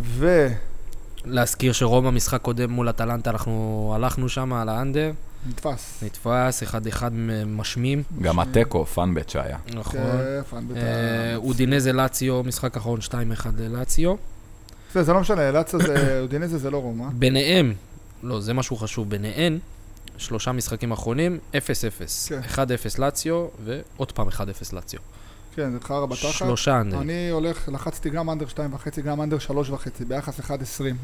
ו... להזכיר שרומא משחק קודם מול אטלנטה, אנחנו הלכנו שם על האנדר, נתפס. נתפס, אחד אחד משמים. גם שנייה. התיקו, פאנבט שהיה. נכון. כן, פאן בטח. אה. אה, אודינזה לאציו, משחק אחרון אה, 2-1 ללאציו. זה זה לא משנה, לאצה זה... אודינזה זה לא רומא. ביניהם, לא, זה משהו חשוב, ביניהן, שלושה משחקים אחרונים, 0-0. כן. 1-0 לאציו, ועוד פעם 1-0 לאציו. כן, זה חרא בתחת. שלושה אנדרים. אני הולך, לחצתי גם אנדר 2.5, גם אנדר 3.5, ביחס 1.20,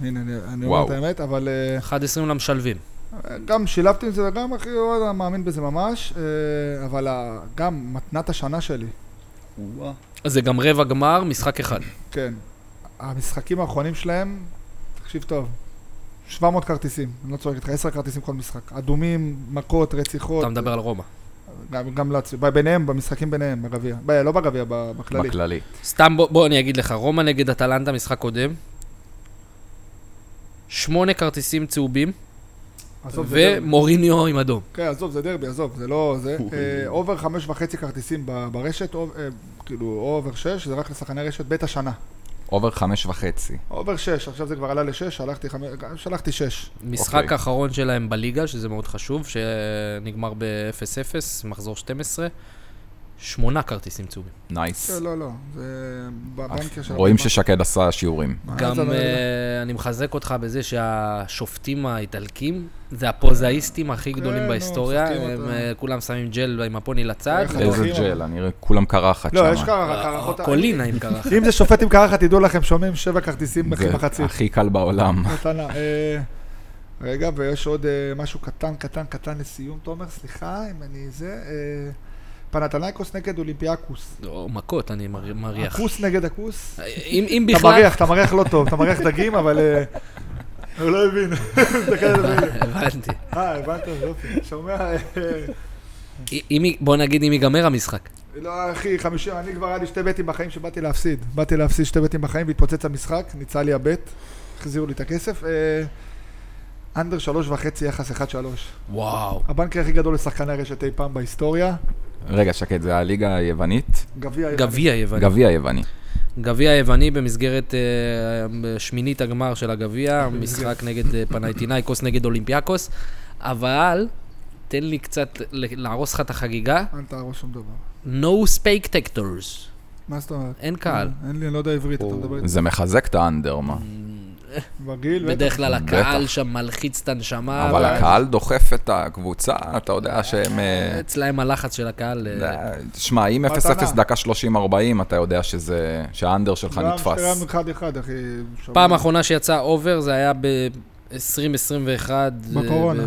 הנה, אני, אני אומר וואו. את האמת, אבל 1-20 למשלבים. אה, גם שילבתי עם זה, וגם אחי, וואלה, מאמין בזה ממש, אה, אבל ה- גם מתנת השנה שלי, זה גם רבע גמר, משחק אחד. כן, המשחקים האחרונים שלהם, תקשיב טוב, 700 כרטיסים, אני לא צועק איתך, 10 כרטיסים כל משחק. אדומים, מכות, רציחות. אתה מדבר על רומא. גם, גם לאציו, ב- ביניהם, במשחקים ביניהם, בגביע. ב- לא בגביע, ב- בכללי. בכללי. סתם בוא, בוא אני אגיד לך, רומא נגד אטלנטה, משחק קודם. שמונה כרטיסים צהובים, עזוב, זה דרבי. ומוריניו עם אדום. כן, עזוב, זה דרבי, עזוב, זה לא... זה... אה, אובר חמש וחצי כרטיסים ב- ברשת, אוב- אה, כאילו אובר שש, זה רק לשחקני רשת בית השנה. אובר חמש וחצי. אובר שש, עכשיו זה כבר עלה לשש, שלחתי חמש... שלחתי שש. משחק אוקיי. האחרון שלהם בליגה, שזה מאוד חשוב, שנגמר ב-0-0, מחזור 12, שמונה כרטיסים צהובים. נייס. כן, לא, לא, זה בבנקר של... רואים הבנק. ששקד עשה שיעורים. מה, גם זה לא- אה, אני מחזק אותך בזה שהשופטים האיטלקים זה הפוזאיסטים הכי כן, גדולים נו, בהיסטוריה, שופטים הם אתה. אה, כולם שמים ג'ל עם הפוני לצד, איך איזה אחי, ג'ל, אני רואה, כולם קרחת שם. לא, יש אה, קרחת, קרחות... קולינה עם קרחת. אם זה שופט עם קרחת, תדעו לכם, שומעים שבע כרטיסים במחצית. הכי קל בעולם. מתנה. אה, רגע, ויש עוד אה, משהו קטן, קטן, קטן לסיום, תומר, סליחה אם אני זה. אה, פנתנייקוס נגד אולימפיאקוס. או, מכות, אני מר- מריח. הכוס נגד הכוס. אם אם אתה בכלל... מריח, אתה מריח לא טוב, אתה מריח דגים, אבל... אה, הוא לא הבין. תסתכל על זה. הבנתי. אה, הבנת, יופי. שומע? אה, אם היא- בוא נגיד אם ייגמר המשחק. לא, אחי, חמישים, אני כבר היה לי שתי בטים בחיים שבאתי להפסיד. באתי להפסיד שתי בטים בחיים והתפוצץ המשחק, ניצל לי הבט, החזירו לי את הכסף. אה, אנדר שלוש וחצי, יחס אחד שלוש. וואו. הבנקר הכי גדול לשחקני רשת אי פעם בהיסטוריה. רגע, שקד, זה הליגה היוונית? גביע... גביע יווני. גביע יווני. גביע יווני במסגרת אה, שמינית הגמר של הגביע, משחק נגד אה, פנייטינאיקוס נגד אולימפיאקוס, אבל תן לי קצת ל- להרוס לך את החגיגה. אל תהרוס שום דבר. No spake tectors. מה זאת אומרת? אין קהל. אין לי, אני לא יודע עברית, אתה או. מדבר איתי. זה מחזק את האנדר, מה. בגיל, בטח. בדרך כלל בטח. הקהל שם מלחיץ את הנשמה. אבל וה- הקהל דוחף את הקבוצה, אתה יודע שהם... אה, אצלהם הלחץ של הקהל. אה, תשמע, אם 0-0 מתנה. דקה 30-40, אתה יודע שזה... שהאנדר שלך נתפס. גם אחד אחד, אחי. שבוע. פעם אחרונה שיצא אובר זה היה ב-2021. אה, בקורונה.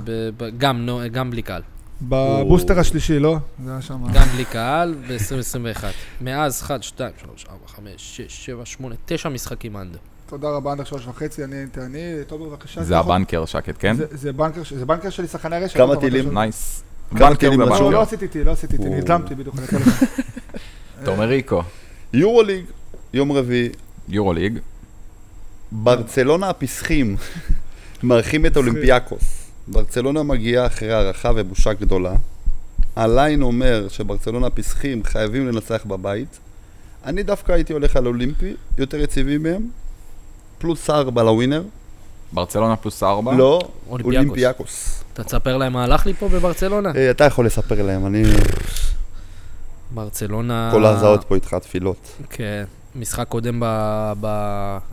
גם נו- גם בלי קהל. בבוסטר השלישי, לא? זה היה שם. גם בלי קהל ב-2021. מאז 1, 2, 3, 4, 5, 6, 7, 8, 9 משחקים אנדר. תודה רבה, אנדר שלוש וחצי, אני הייתי אני. תומר, בבקשה. זה אתה יכול- הבנקר, שקד, כן? זה- זה בנקר ש- זה בנקר שלי, שחקני רשת. כמה לא, אבל טילים? אתה נייס. כמה בנקר כלים שואל. לא, לא ובנקר. עשיתי טיל, לא עשיתי טיל, או. נדלמתי בדיוק. אני אתן לך. תומר ריקו, יורו ליג, יום רביעי, יורו ליג. ברצלונה הפסחים מארחים את אולימפיאקוס. ברצלונה מגיעה אחרי הערכה ובושה גדולה. הליין אומר שברצלונה הפסחים חייבים לנצח בבית. אני דווקא הייתי הולך על אולימפי, יותר יציבים מהם, פלוס ארבע לווינר. ברצלונה פלוס 4. לא, אולימפיאקוס. אולימפיאקוס. אתה תספר להם מה הלך לי פה בברצלונה? אה, אתה יכול לספר להם, אני... ברצלונה... כל ההזעות פה איתך תפילות. כן. משחק קודם ב... ב...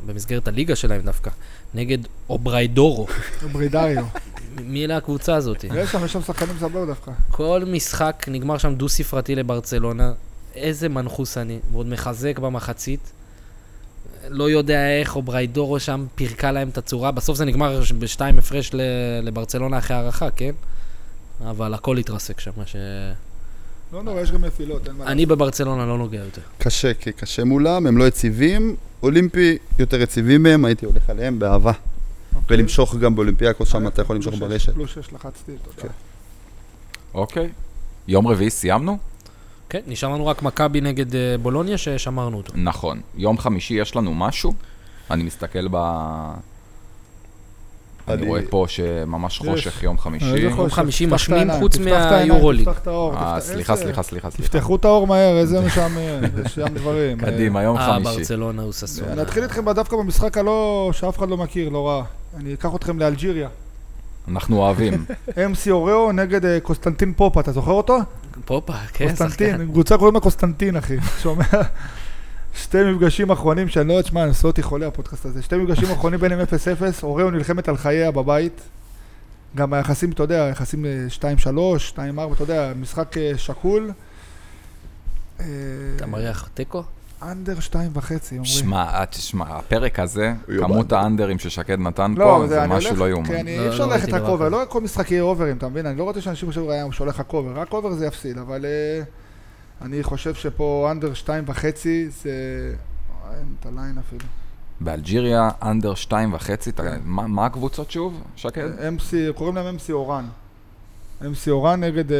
במסגרת הליגה שלהם דווקא. נגד אובריידורו. ברידריו. מ- מי אלה הקבוצה הזאת? יש שם, יש שם שחקנים סבבה דווקא. כל משחק נגמר שם דו-ספרתי לברצלונה. איזה מנחוס אני, ועוד מחזק במחצית. לא יודע איך, או בריידורו שם פירקה להם את הצורה. בסוף זה נגמר ש- בשתיים הפרש ל- לברצלונה אחרי הערכה, כן? אבל הכל התרסק שם, מה ש... לא נורא, יש גם נפילות, אין מה אני בברצלונה לא נוגע יותר. קשה, כי קשה מולם, הם לא יציבים. אולימפי יותר יציבים מהם, הייתי הולך עליהם באהבה. לעשות. ולמשוך גם באולימפיאקוס, שם אתה יכול למשוך פלוס שש, ברשת. פלוס שש לחצתי, תודה. כן. אוקיי. יום רביעי סיימנו? כן, נשאר לנו רק מכבי נגד אה, בולוניה ששמרנו אותו. נכון. יום חמישי יש לנו משהו? אני מסתכל ב... אני אני- רואה פה שממש חושך יום חמישי. איזה חושך? יום חמישי לא תפתח את משמים העיניים, חוץ תפתח את העיניים, מהיורוליג. תפתח את האור, אה, תפתח- סליחה, איזה- סליחה, סליחה, סליחה. תפתחו את האור מהר, איזה משעמם, זה שם דברים. קדימה, יום אה, חמישי. ברצלונה הוא ששון. אה, נתחיל איתכם דווקא במשחק הלא, שאף אחד לא מכיר, לא רע. אני אקח אתכם לאלג'יריה. אנחנו אוהבים. אמסי אוריאו נגד אה, קוסטנטין פופה, אתה זוכר אותו? פופה, כן, שחקן. קוסטנטין, קבוצה קוראים לה קוסטנטין, אחי. שומע? שתי מפגשים אחרונים שאני לא יודע, שמע, אני עושה אותי חולה הפודקאסט הזה. שתי מפגשים אחרונים ביניהם 0-0, אוריאו נלחמת על חייה בבית. גם היחסים, אתה יודע, היחסים אה, 2-3, 2-4, אתה יודע, משחק אה, שקול. אה, אתה מריח תיקו? אנדר שתיים וחצי, אומרים. שמע, אה, תשמע, הפרק הזה, הוא יאמן. כמות האנדרים ששקד נתן לא, פה, זה זה אני משהו הולך- לא יאומן. כן, אי לא, אפשר לא ללכת ראיתי רק דבר אובר, כזה. לא כל משחק יהיה אוברים, אתה מבין? אני לא רוצה שאנשים יחשבו שהוא שולח רק אובר, רק אובר זה יפסיד, אבל אה, אני חושב שפה אנדר שתיים וחצי זה... אה, אין את הליין אפילו. באלג'יריה, אנדר שתיים וחצי, אתה- כן. מה מה הקבוצות שוב, שקד? MC, קוראים להם MC אורן. MC אורן נגד אה,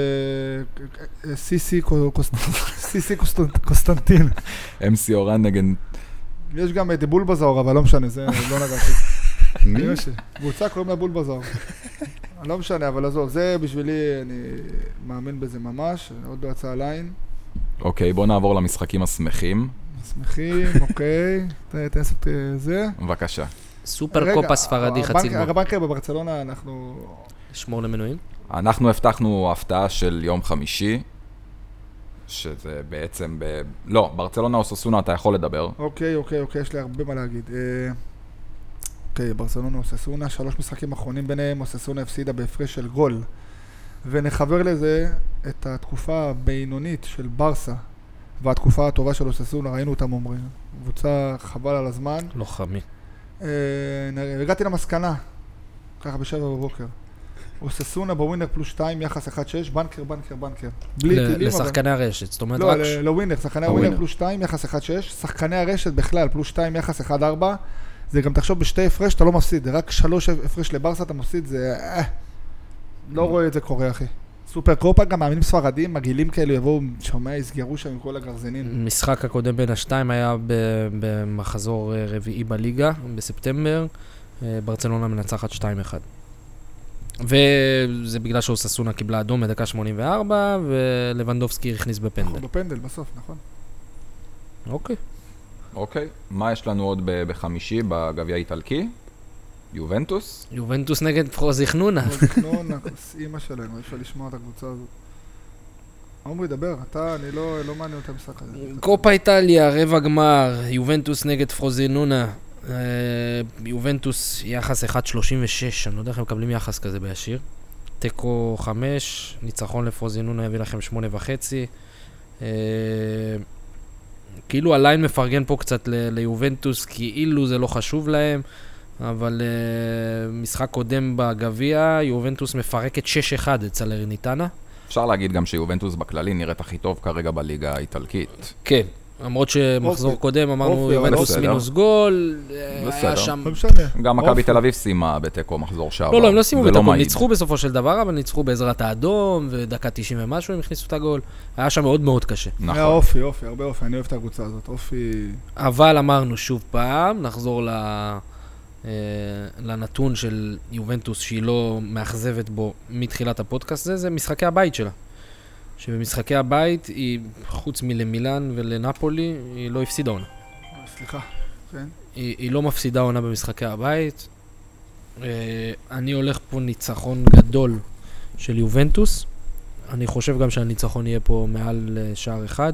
אה, סיסי קו- קוסט- סיסי קוסט- קוסטנטין. אה. MC אורן נגד... יש גם את בולבזאור, אבל לא משנה, זה לא נגעתי. מי? יש, קבוצה קוראים לה בולבזאור. לא משנה, אבל עזוב, זה בשבילי, אני מאמין בזה ממש, עוד לא יצא הליין. אוקיי, בוא נעבור למשחקים השמחים. שמחים, אוקיי, ת- תעשו את אה, זה. בבקשה. סופר רגע, קופה ספרדי, הבנק- חצי גמר. הבנקר בברצלונה, אנחנו... שמור למנויים. אנחנו הבטחנו הפתעה של יום חמישי, שזה בעצם ב... לא, ברצלונה או סוסונה אתה יכול לדבר. אוקיי, אוקיי, אוקיי, יש לי הרבה מה להגיד. אה, אוקיי, ברצלונה אוססונה, שלוש משחקים אחרונים ביניהם, אוססונה הפסידה בהפרש של גול. ונחבר לזה את התקופה הבינונית של ברסה, והתקופה הטובה של אוססונה, ראינו אותם אומרים. קבוצה חבל על הזמן. לא לוחמי. אה, נ- הגעתי למסקנה, ככה בשבע בבוקר. אוססונה בווינר פלוס שתיים, יחס 1-6, בנקר, בנקר, בנקר. בלי ל- טילים, אבל- לשחקני הרשת, זאת אומרת לא, רק... ל- ש- לווינר, שחקני הווינר. הווינר פלוס 2, יחס 1-6, שחקני הרשת בכלל, פלוס 2, יחס 1-4, זה גם תחשוב בשתי הפרש אתה לא מפסיד, זה רק שלוש הפרש לברסה אתה מפסיד, זה... אה, לא רואה את זה קורה, אחי. סופר קופה גם מאמנים ספרדים, מגעילים כאלו יבואו, שומע, יסגרו שם עם כל נכון. הגרזינים. המשחק הקודם בין השתיים היה ב- במחזור אה, רביעי בליגה, בספטמבר. אה, ברצלונה מנצחת 2-1. וזה בגלל שאוססונה קיבלה אדום בדקה 84, ולבנדובסקי הכניס בפנדל. בפנדל בסוף, נכון? אוקיי. אוקיי. מה יש לנו עוד ב- בחמישי בגביע האיטלקי? יובנטוס? יובנטוס נגד פרוזיכנונה. כמו זקנון, הכוס לא אימא שלנו, אי אפשר לשמוע את הקבוצה הזאת. עמרי, דבר, אתה, אני לא, לא מעניין אותי המשחק הזה. קופה איטליה, רבע גמר, יובנטוס נגד פרוזינונה. אה, יובנטוס יחס 1.36, אני לא יודע איך הם מקבלים יחס כזה בישיר. תיקו 5, ניצחון לפרוזינונה יביא לכם 8.5. אה, כאילו הליין מפרגן פה קצת ל- ליובנטוס, כאילו זה לא חשוב להם, אבל אה, משחק קודם בגביע, יובנטוס מפרקת 6-1 את סלרניטנה. אפשר להגיד גם שיובנטוס בכללי נראית הכי טוב כרגע בליגה האיטלקית. כן, למרות שמחזור אופי. קודם אמרנו אופי, אבל יובנטוס בסדר. מינוס גול, אה, בסדר. היה שם... לא משנה. גם מכבי אופי. תל אביב סיימה בתיקו מחזור שעבר. לא, לא, הם לא סיימו זה את הגול, מעיד. ניצחו בסופו של דבר, אבל ניצחו בעזרת האדום, ודקה 90 ומשהו הם הכניסו את הגול. היה שם מאוד מאוד קשה. היה נכון. אופי, אופי, הרבה אופי, אני אוהב את הקבוצה הזאת, אופי... אבל אמרנו שוב פעם, נחזור ל... אה, לנתון של יובנטוס שהיא לא מאכזבת בו מתחילת הפודקאסט הזה, זה משחקי הבית שלה. שבמשחקי הבית היא, חוץ מלמילאן ולנפולי, היא לא הפסידה עונה. אה, סליחה, כן. היא, היא לא מפסידה עונה במשחקי הבית. אה, אני הולך פה ניצחון גדול של יובנטוס. אני חושב גם שהניצחון יהיה פה מעל אה, שער אחד.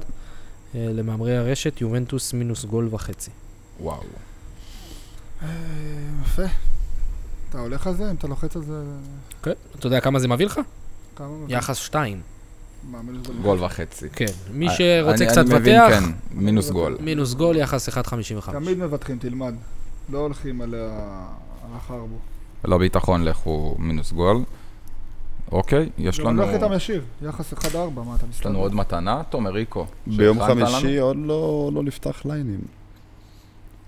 אה, למאמרי הרשת, יובנטוס מינוס גול וחצי. וואו. אה, יפה. אתה הולך על זה? אם אתה לוחץ על זה, כן. אתה יודע כמה זה מביא לך? כמה מבין? יחס שתיים. מאמין שזה גול וחצי. אוקיי. כן. מי אני- שרוצה אה, אני- קצת אני מבין, לבטח, כן, מינוס גול. מינוס גול, יחס 1.55. תמיד מבטחים, תלמד. לא הולכים על ה- על החרבו. לא ביטחון, לכו מינוס גול. אוקיי, יש גם לא אני לנו... הולך איתם ישיר, יחס 1-4, מה אתה יש מסתכל? לנו עוד מתנה, תומר ריקו. ביום שהכנת לנו? חמישי עוד לא, לא נפתח ליינים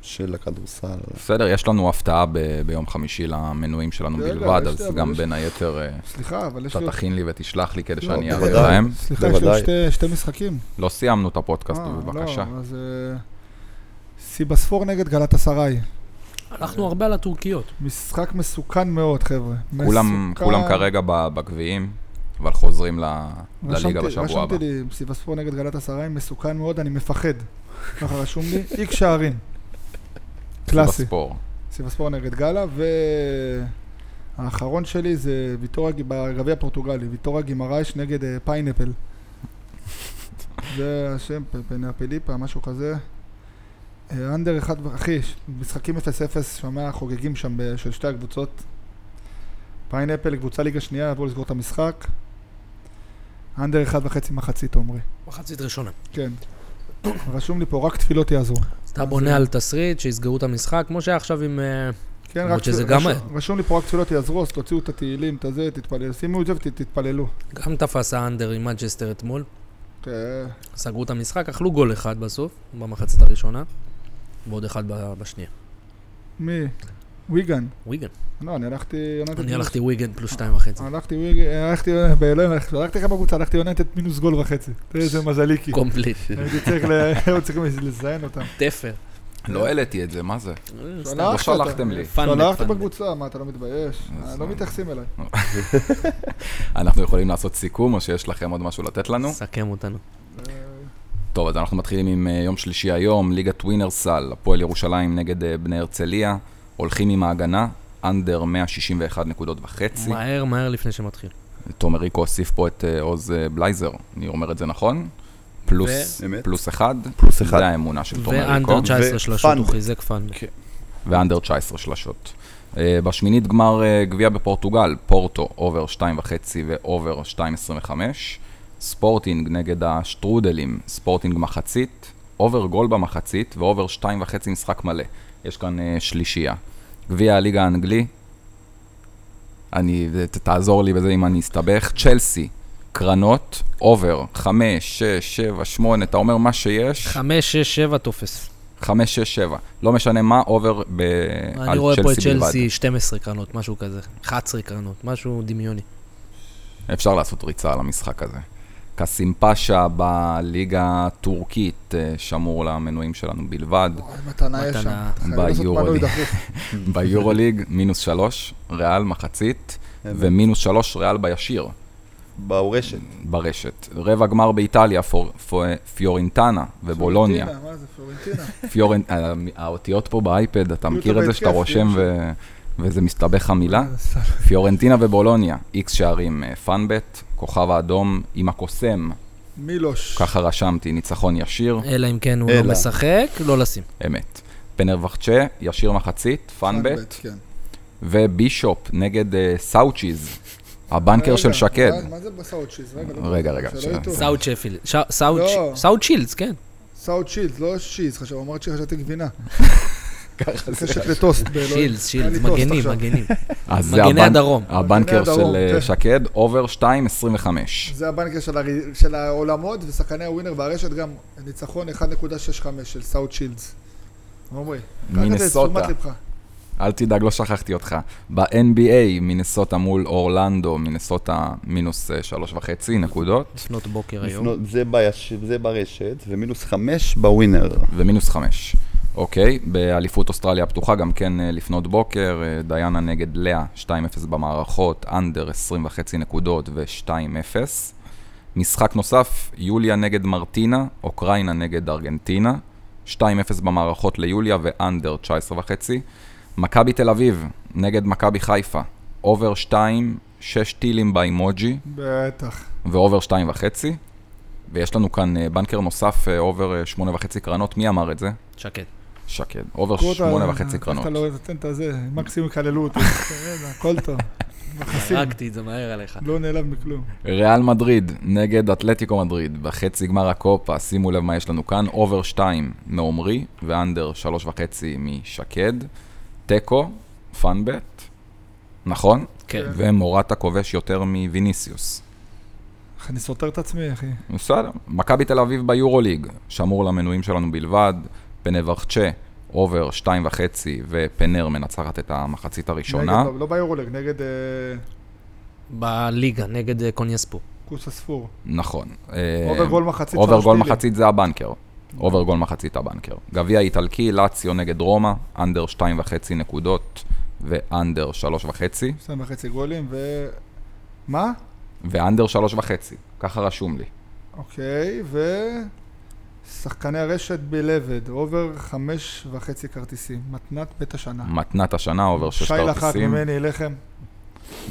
של הכדורסל. בסדר, יש לנו הפתעה ב- ביום חמישי למנויים שלנו רגע, בלבד, יש לי, אז אבל גם יש- בין היתר אה, סליחה, אבל יש אתה לי... עוד- תכין לי ותשלח לי כדי לא, שאני אראה בוודאי. להם. סליחה, יש לי עוד בוודאי. שתי- שתי משחקים. לא סיימנו את הפודקאסט, אה, בבקשה. לא, אז... אה, סיבספור נגד גלת אסריי. הלכנו הרבה על הטורקיות. משחק מסוכן מאוד, חבר'ה. כולם מסוכן. כולם כרגע ב- בגביעים, אבל חוזרים ל- לליגה רשמתי- בשבוע הבא. רשמתי לי סיבספור נגד גלת אסריי, מסוכן מאוד, אני מפחד. ככה רשום לי, איקס שערים. קלאסי. בספורט. סיבספור נגד גאלה, והאחרון שלי זה ויטוריה ג- בגביע הפורטוגלי, ויטוריה גימרייש נגד אה, פיינאפל. זה השם, פ- פנאפליפה, משהו כזה. אה, אנדר אחד, ו- אחי, ש- משחקים 0-0, שומע חוגגים שם ב- של שתי הקבוצות. פיינאפל, קבוצה ליגה שנייה, יבואו לסגור את המשחק. אנדר אחד וחצי מחצית, עומרי. מחצית ראשונה. כן. רשום לי פה, רק תפילות יעזור. אז אתה בונה על תסריט, שיסגרו את המשחק, כמו שהיה עכשיו עם... אה, כן, למרות רק שזה תפיל- גם רשום- היה. רשום לי פה רק תפילות יעזרו, אז תוציאו את התהילים, את הזה, תתפללו. שימו את זה ותתפללו. גם תפס האנדר עם מג'סטר אתמול. אה, סגרו את המשחק, אכלו גול אחד בסוף, במחצית הראשונה, ועוד אחד ב- בשנייה. מי? ויגן. וויגן. לא, אני הלכתי... יונייטד אני מינוס- הלכתי וויגן פלוס שתיים וחצי. הלכתי ויגן, הלכתי אה, באלוהים, הלכתי- הלכתי לך בקבוצה, הלכתי יונייטד מינוס גול וחצי. תראה איזה מזליקי. קומפליט. הייתי צריך ל- היו צריכים לזיין אותם. תפר. לא העליתי את זה, מה אה, זה? סתם. לא הלכת, אתה- שלחתם לי. פאנדק, לא הלכת פאנדק. בקבוצה, מה, אתה לא מתבייש? אז אה, מה? לא מתייחסים אליי. אנחנו יכולים לעשות סיכום, או שיש לכם עוד משהו לתת לנו? סכם אותנו. אה, טוב, אז אנחנו מתחילים עם אה, יום שלישי היום, ליגת ווינרסל, הפועל ירושלים נגד אה, בני הרצליה, הולכים עם ההגנה, אנדר 161 נקודות וחצי. מהר, מהר לפני שמתחיל. תומר ריקו הוסיף פה את אה, עוז אה, בלייזר, אני אומר את זה נכון? פלוס, אמת. פלוס אחד, פלוס אחד. זה האמונה של תומר ואנדר ריקו, 19 שלשות, הוא ופאנדק. חיזק פאנדק. ואנדר 19 שלשות. אה, בשמינית גמר אה, גביע בפורטוגל, פורטו אובר 2.5 ואובר 2.25, ספורטינג נגד השטרודלים, ספורטינג מחצית, אובר גול במחצית ואובר 2.5 משחק מלא. יש כאן אה, שלישייה. גביע הליגה האנגלי, אני, אה, ת- תעזור לי בזה אם אני אסתבך, צ'לסי, קרנות, אובר, 5, 6, 7, 8, אתה אומר מה שיש, 5, 6, 7 תופס. 5, 6, 7, לא משנה מה, אובר ב... אני רואה פה את צ'לסי 12 קרנות, משהו כזה. 11 קרנות, משהו דמיוני. אפשר לעשות ריצה על המשחק הזה. קאסים פאשה בליגה הטורקית, אה, שמור למנויים שלנו בלבד. אוי, מתנה יש שם. מתנה. חייב לעשות לא ביורו מנוי ליג. דחוף. ביורוליג, מינוס שלוש, ריאל מחצית, ומינוס שלוש ריאל בישיר, באורשת. ברשת. רבע גמר באיטליה, פור- פו- פיורנטנה ובולוניה. פלורנטינה, מה זה פלורנטינה? פיורנ... ה- ההאותיות פה באייפד, אתה כאילו מכיר את זה בהתקף, שאתה רושם יש. ו... וזה מסתבך המילה? אה, סל- פיורנטינה ובולוניה, איקס שערים, אה, פאנבט, כוכב האדום עם הקוסם, מילוש. ככה רשמתי, ניצחון ישיר. אלא אם כן הוא לא אלא. משחק, לא לשים. אה. אמת. פנרווחצ'ה, ישיר מחצית, פאנבט, כן. ובישופ נגד אה, סאוצ'יז, הבנקר רגע, של שקד. מה- מה זה בסאוט שיז? רגע, לא- רגע, רגע, שלא שנייה. יטעו. סאוט שפילד. שא- סאוט ש- לא. סאוט שילדס, כן. סאוט שילד, לא שיז, חשב, אמרת שחשבתי גבינה. ככה זה. קשת לטוסט. באלוהים. שילדס, היה לי שילדס, טוסט מגנים, עכשיו. מגנים. אז זה מגני הבנ- הדרום. הבנקר מגני הדרום, של אה, כן. שקד, אובר 2.25. זה הבנקר של הרי- של העולמות, ושחקני הווינר והרשת גם ניצחון 1.65 של סאוט שילדס. עמרי, קח את זה מינסוטה, לתשומת לבך. אל תדאג, לא שכחתי אותך. ב-NBA, מינסוטה מול אורלנדו, מינסוטה מינוס אה, שלוש וחצי נקודות, לפנות בוקר היום. לפנות- זה ביש- זה ברשת, ומינוס חמש בווינר. ומינוס חמש. אוקיי, באליפות אוסטרליה הפתוחה, גם כן אה, לפנות בוקר, אה, דיאנה נגד לאה, 2-0 במערכות, אנדר 20.5 נקודות ו-2-0. משחק נוסף, יוליה נגד מרטינה, אוקראינה נגד ארגנטינה, 2-0 במערכות ליוליה ואנדר 19.5. מכבי תל אביב נגד מכבי חיפה, אובר 2, 6 טילים באימוג'י, בטח. ואובר שתיים וחצי. ויש לנו כאן אה, בנקר נוסף, אה, אובר אה, שמונה וחצי קרנות. מי אמר את זה? שקד. שקד. אובר שמונה וחצי קרנות. אתה לא נותן את הזה, מקסימום יקללו אותו. בסדר, הכל טוב. מכסים, הרגתי את זה מהר עליך. לא נעלב מכלום. ריאל מדריד נגד אתלטיקו מדריד בחצי גמר הקופה. שימו לב מה יש לנו כאן. אובר שתיים מעומרי, ואנדר שלוש וחצי משקד. תיקו, פאנבט, נכון? כן. כן. ומורטה כובש יותר מוויניסיוס. איך אני סותר את עצמי, אחי. בסדר. מכבי תל אביב ביורוליג, שמור למנויים שלנו בלבד, פנברצ'ה, אובר שתיים וחצי, ופנר מנצחת את המחצית הראשונה. נגד- לא ביורולג, נגד אה, בליגה, נגד אה, קוניאספו. קוסה ספור. נכון. אה, אובר גול מחצית. אובר שלוש גול טילים. מחצית זה הבנקר. אובר גול מחצית הבנקר. גביע איטלקי, לאציו נגד רומא, אנדר שתיים וחצי נקודות, ואנדר שלוש וחצי, שתיים וחצי גולים, ו... מה? ואנדר שלוש וחצי, ככה רשום לי. אוקיי, ו... שחקני הרשת בלבד, אובר חמש וחצי כרטיסים, מתנת בית השנה. מתנת השנה, אובר שש שי לחק כרטיסים. ממני אליכם.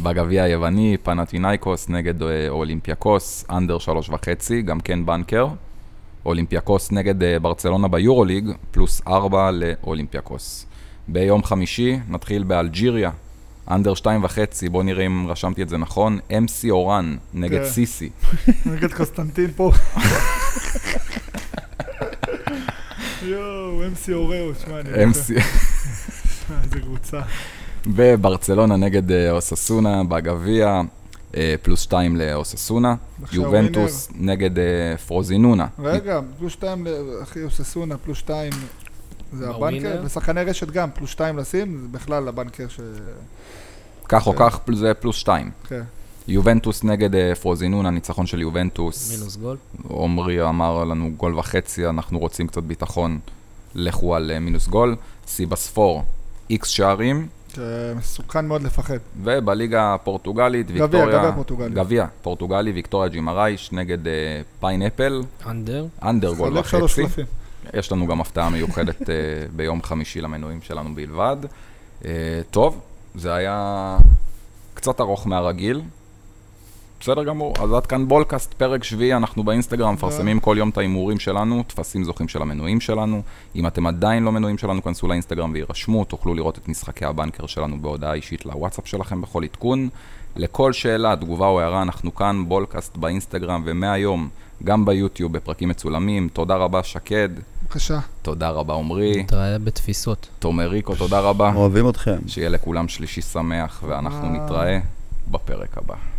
בגביע היווני, פנטינאיקוס נגד אה, אולימפיאקוס, אנדר שלוש וחצי, גם כן בנקר. אולימפיאקוס נגד אה, ברצלונה ביורוליג, פלוס ארבע לאולימפיאקוס. ביום חמישי נתחיל באלג'יריה, אנדר שתיים וחצי, בואו נראה אם רשמתי את זה נכון, אמסי אורן נגד כן. סיסי. נגד קוסטנטין פה. יואו, אמסי אורהו, שמע, אני... אמסי... שמע, איזה קבוצה. וברצלונה נגד אה, אוססונה בגביע, אה, פלוס שתיים לאוססונה. עכשיו יובנטוס נגד אה, פרוזינונה. רגע, פלוס שתיים, ל- אחי, הוא ססונה, פלוס שתיים, זה בווינר. הבנקר, ושחקני רשת גם, פלוס שתיים לשים, זה בכלל הבנקר ש... כך או כן. כך, פל- זה פלוס שתיים. כן. יובנטוס נגד אה, פרוזינון, הניצחון של יובנטוס. מינוס גול. עומרי אמר לנו גול וחצי, אנחנו רוצים קצת ביטחון, לכו על אה, מינוס גול. סיבספור, איקס שערים, שמסוכן כן, מאוד לפחד. ובליגה הפורטוגלית, גביע, ויקטוריה... גביע פורטוגלי. גביע פורטוגלי, ויקטוריה ג'ימרייש נגד אה, פיינאפל, אנדר. אנדר גול חולק שלוש וחצי. קלפים. יש לנו גם הפתעה מיוחדת אה, ביום חמישי למנויים שלנו בלבד. אה, טוב, זה היה קצת ארוך מהרגיל. בסדר גמור, אז עד כאן בולקאסט, פרק שביעי, אנחנו באינסטגרם, מפרסמים כל יום את ההימורים שלנו, טפסים זוכים של המנויים שלנו. אם אתם עדיין לא מנויים שלנו, כנסו לאינסטגרם ויירשמו, תוכלו לראות את משחקי הבנקר שלנו בהודעה אישית לוואטסאפ שלכם בכל עדכון. לכל שאלה, תגובה או הערה, אנחנו כאן, בולקאסט באינסטגרם, ומהיום, גם ביוטיוב, בפרקים מצולמים. תודה רבה, שקד. בבקשה. תודה רבה עמרי, אתה היה בתפיסות. תומריקו תודה רבה, אוהבים אתכם. שיהיה לכולם שלישי שמח ואנחנו וואו. נתראה בפרק הבא.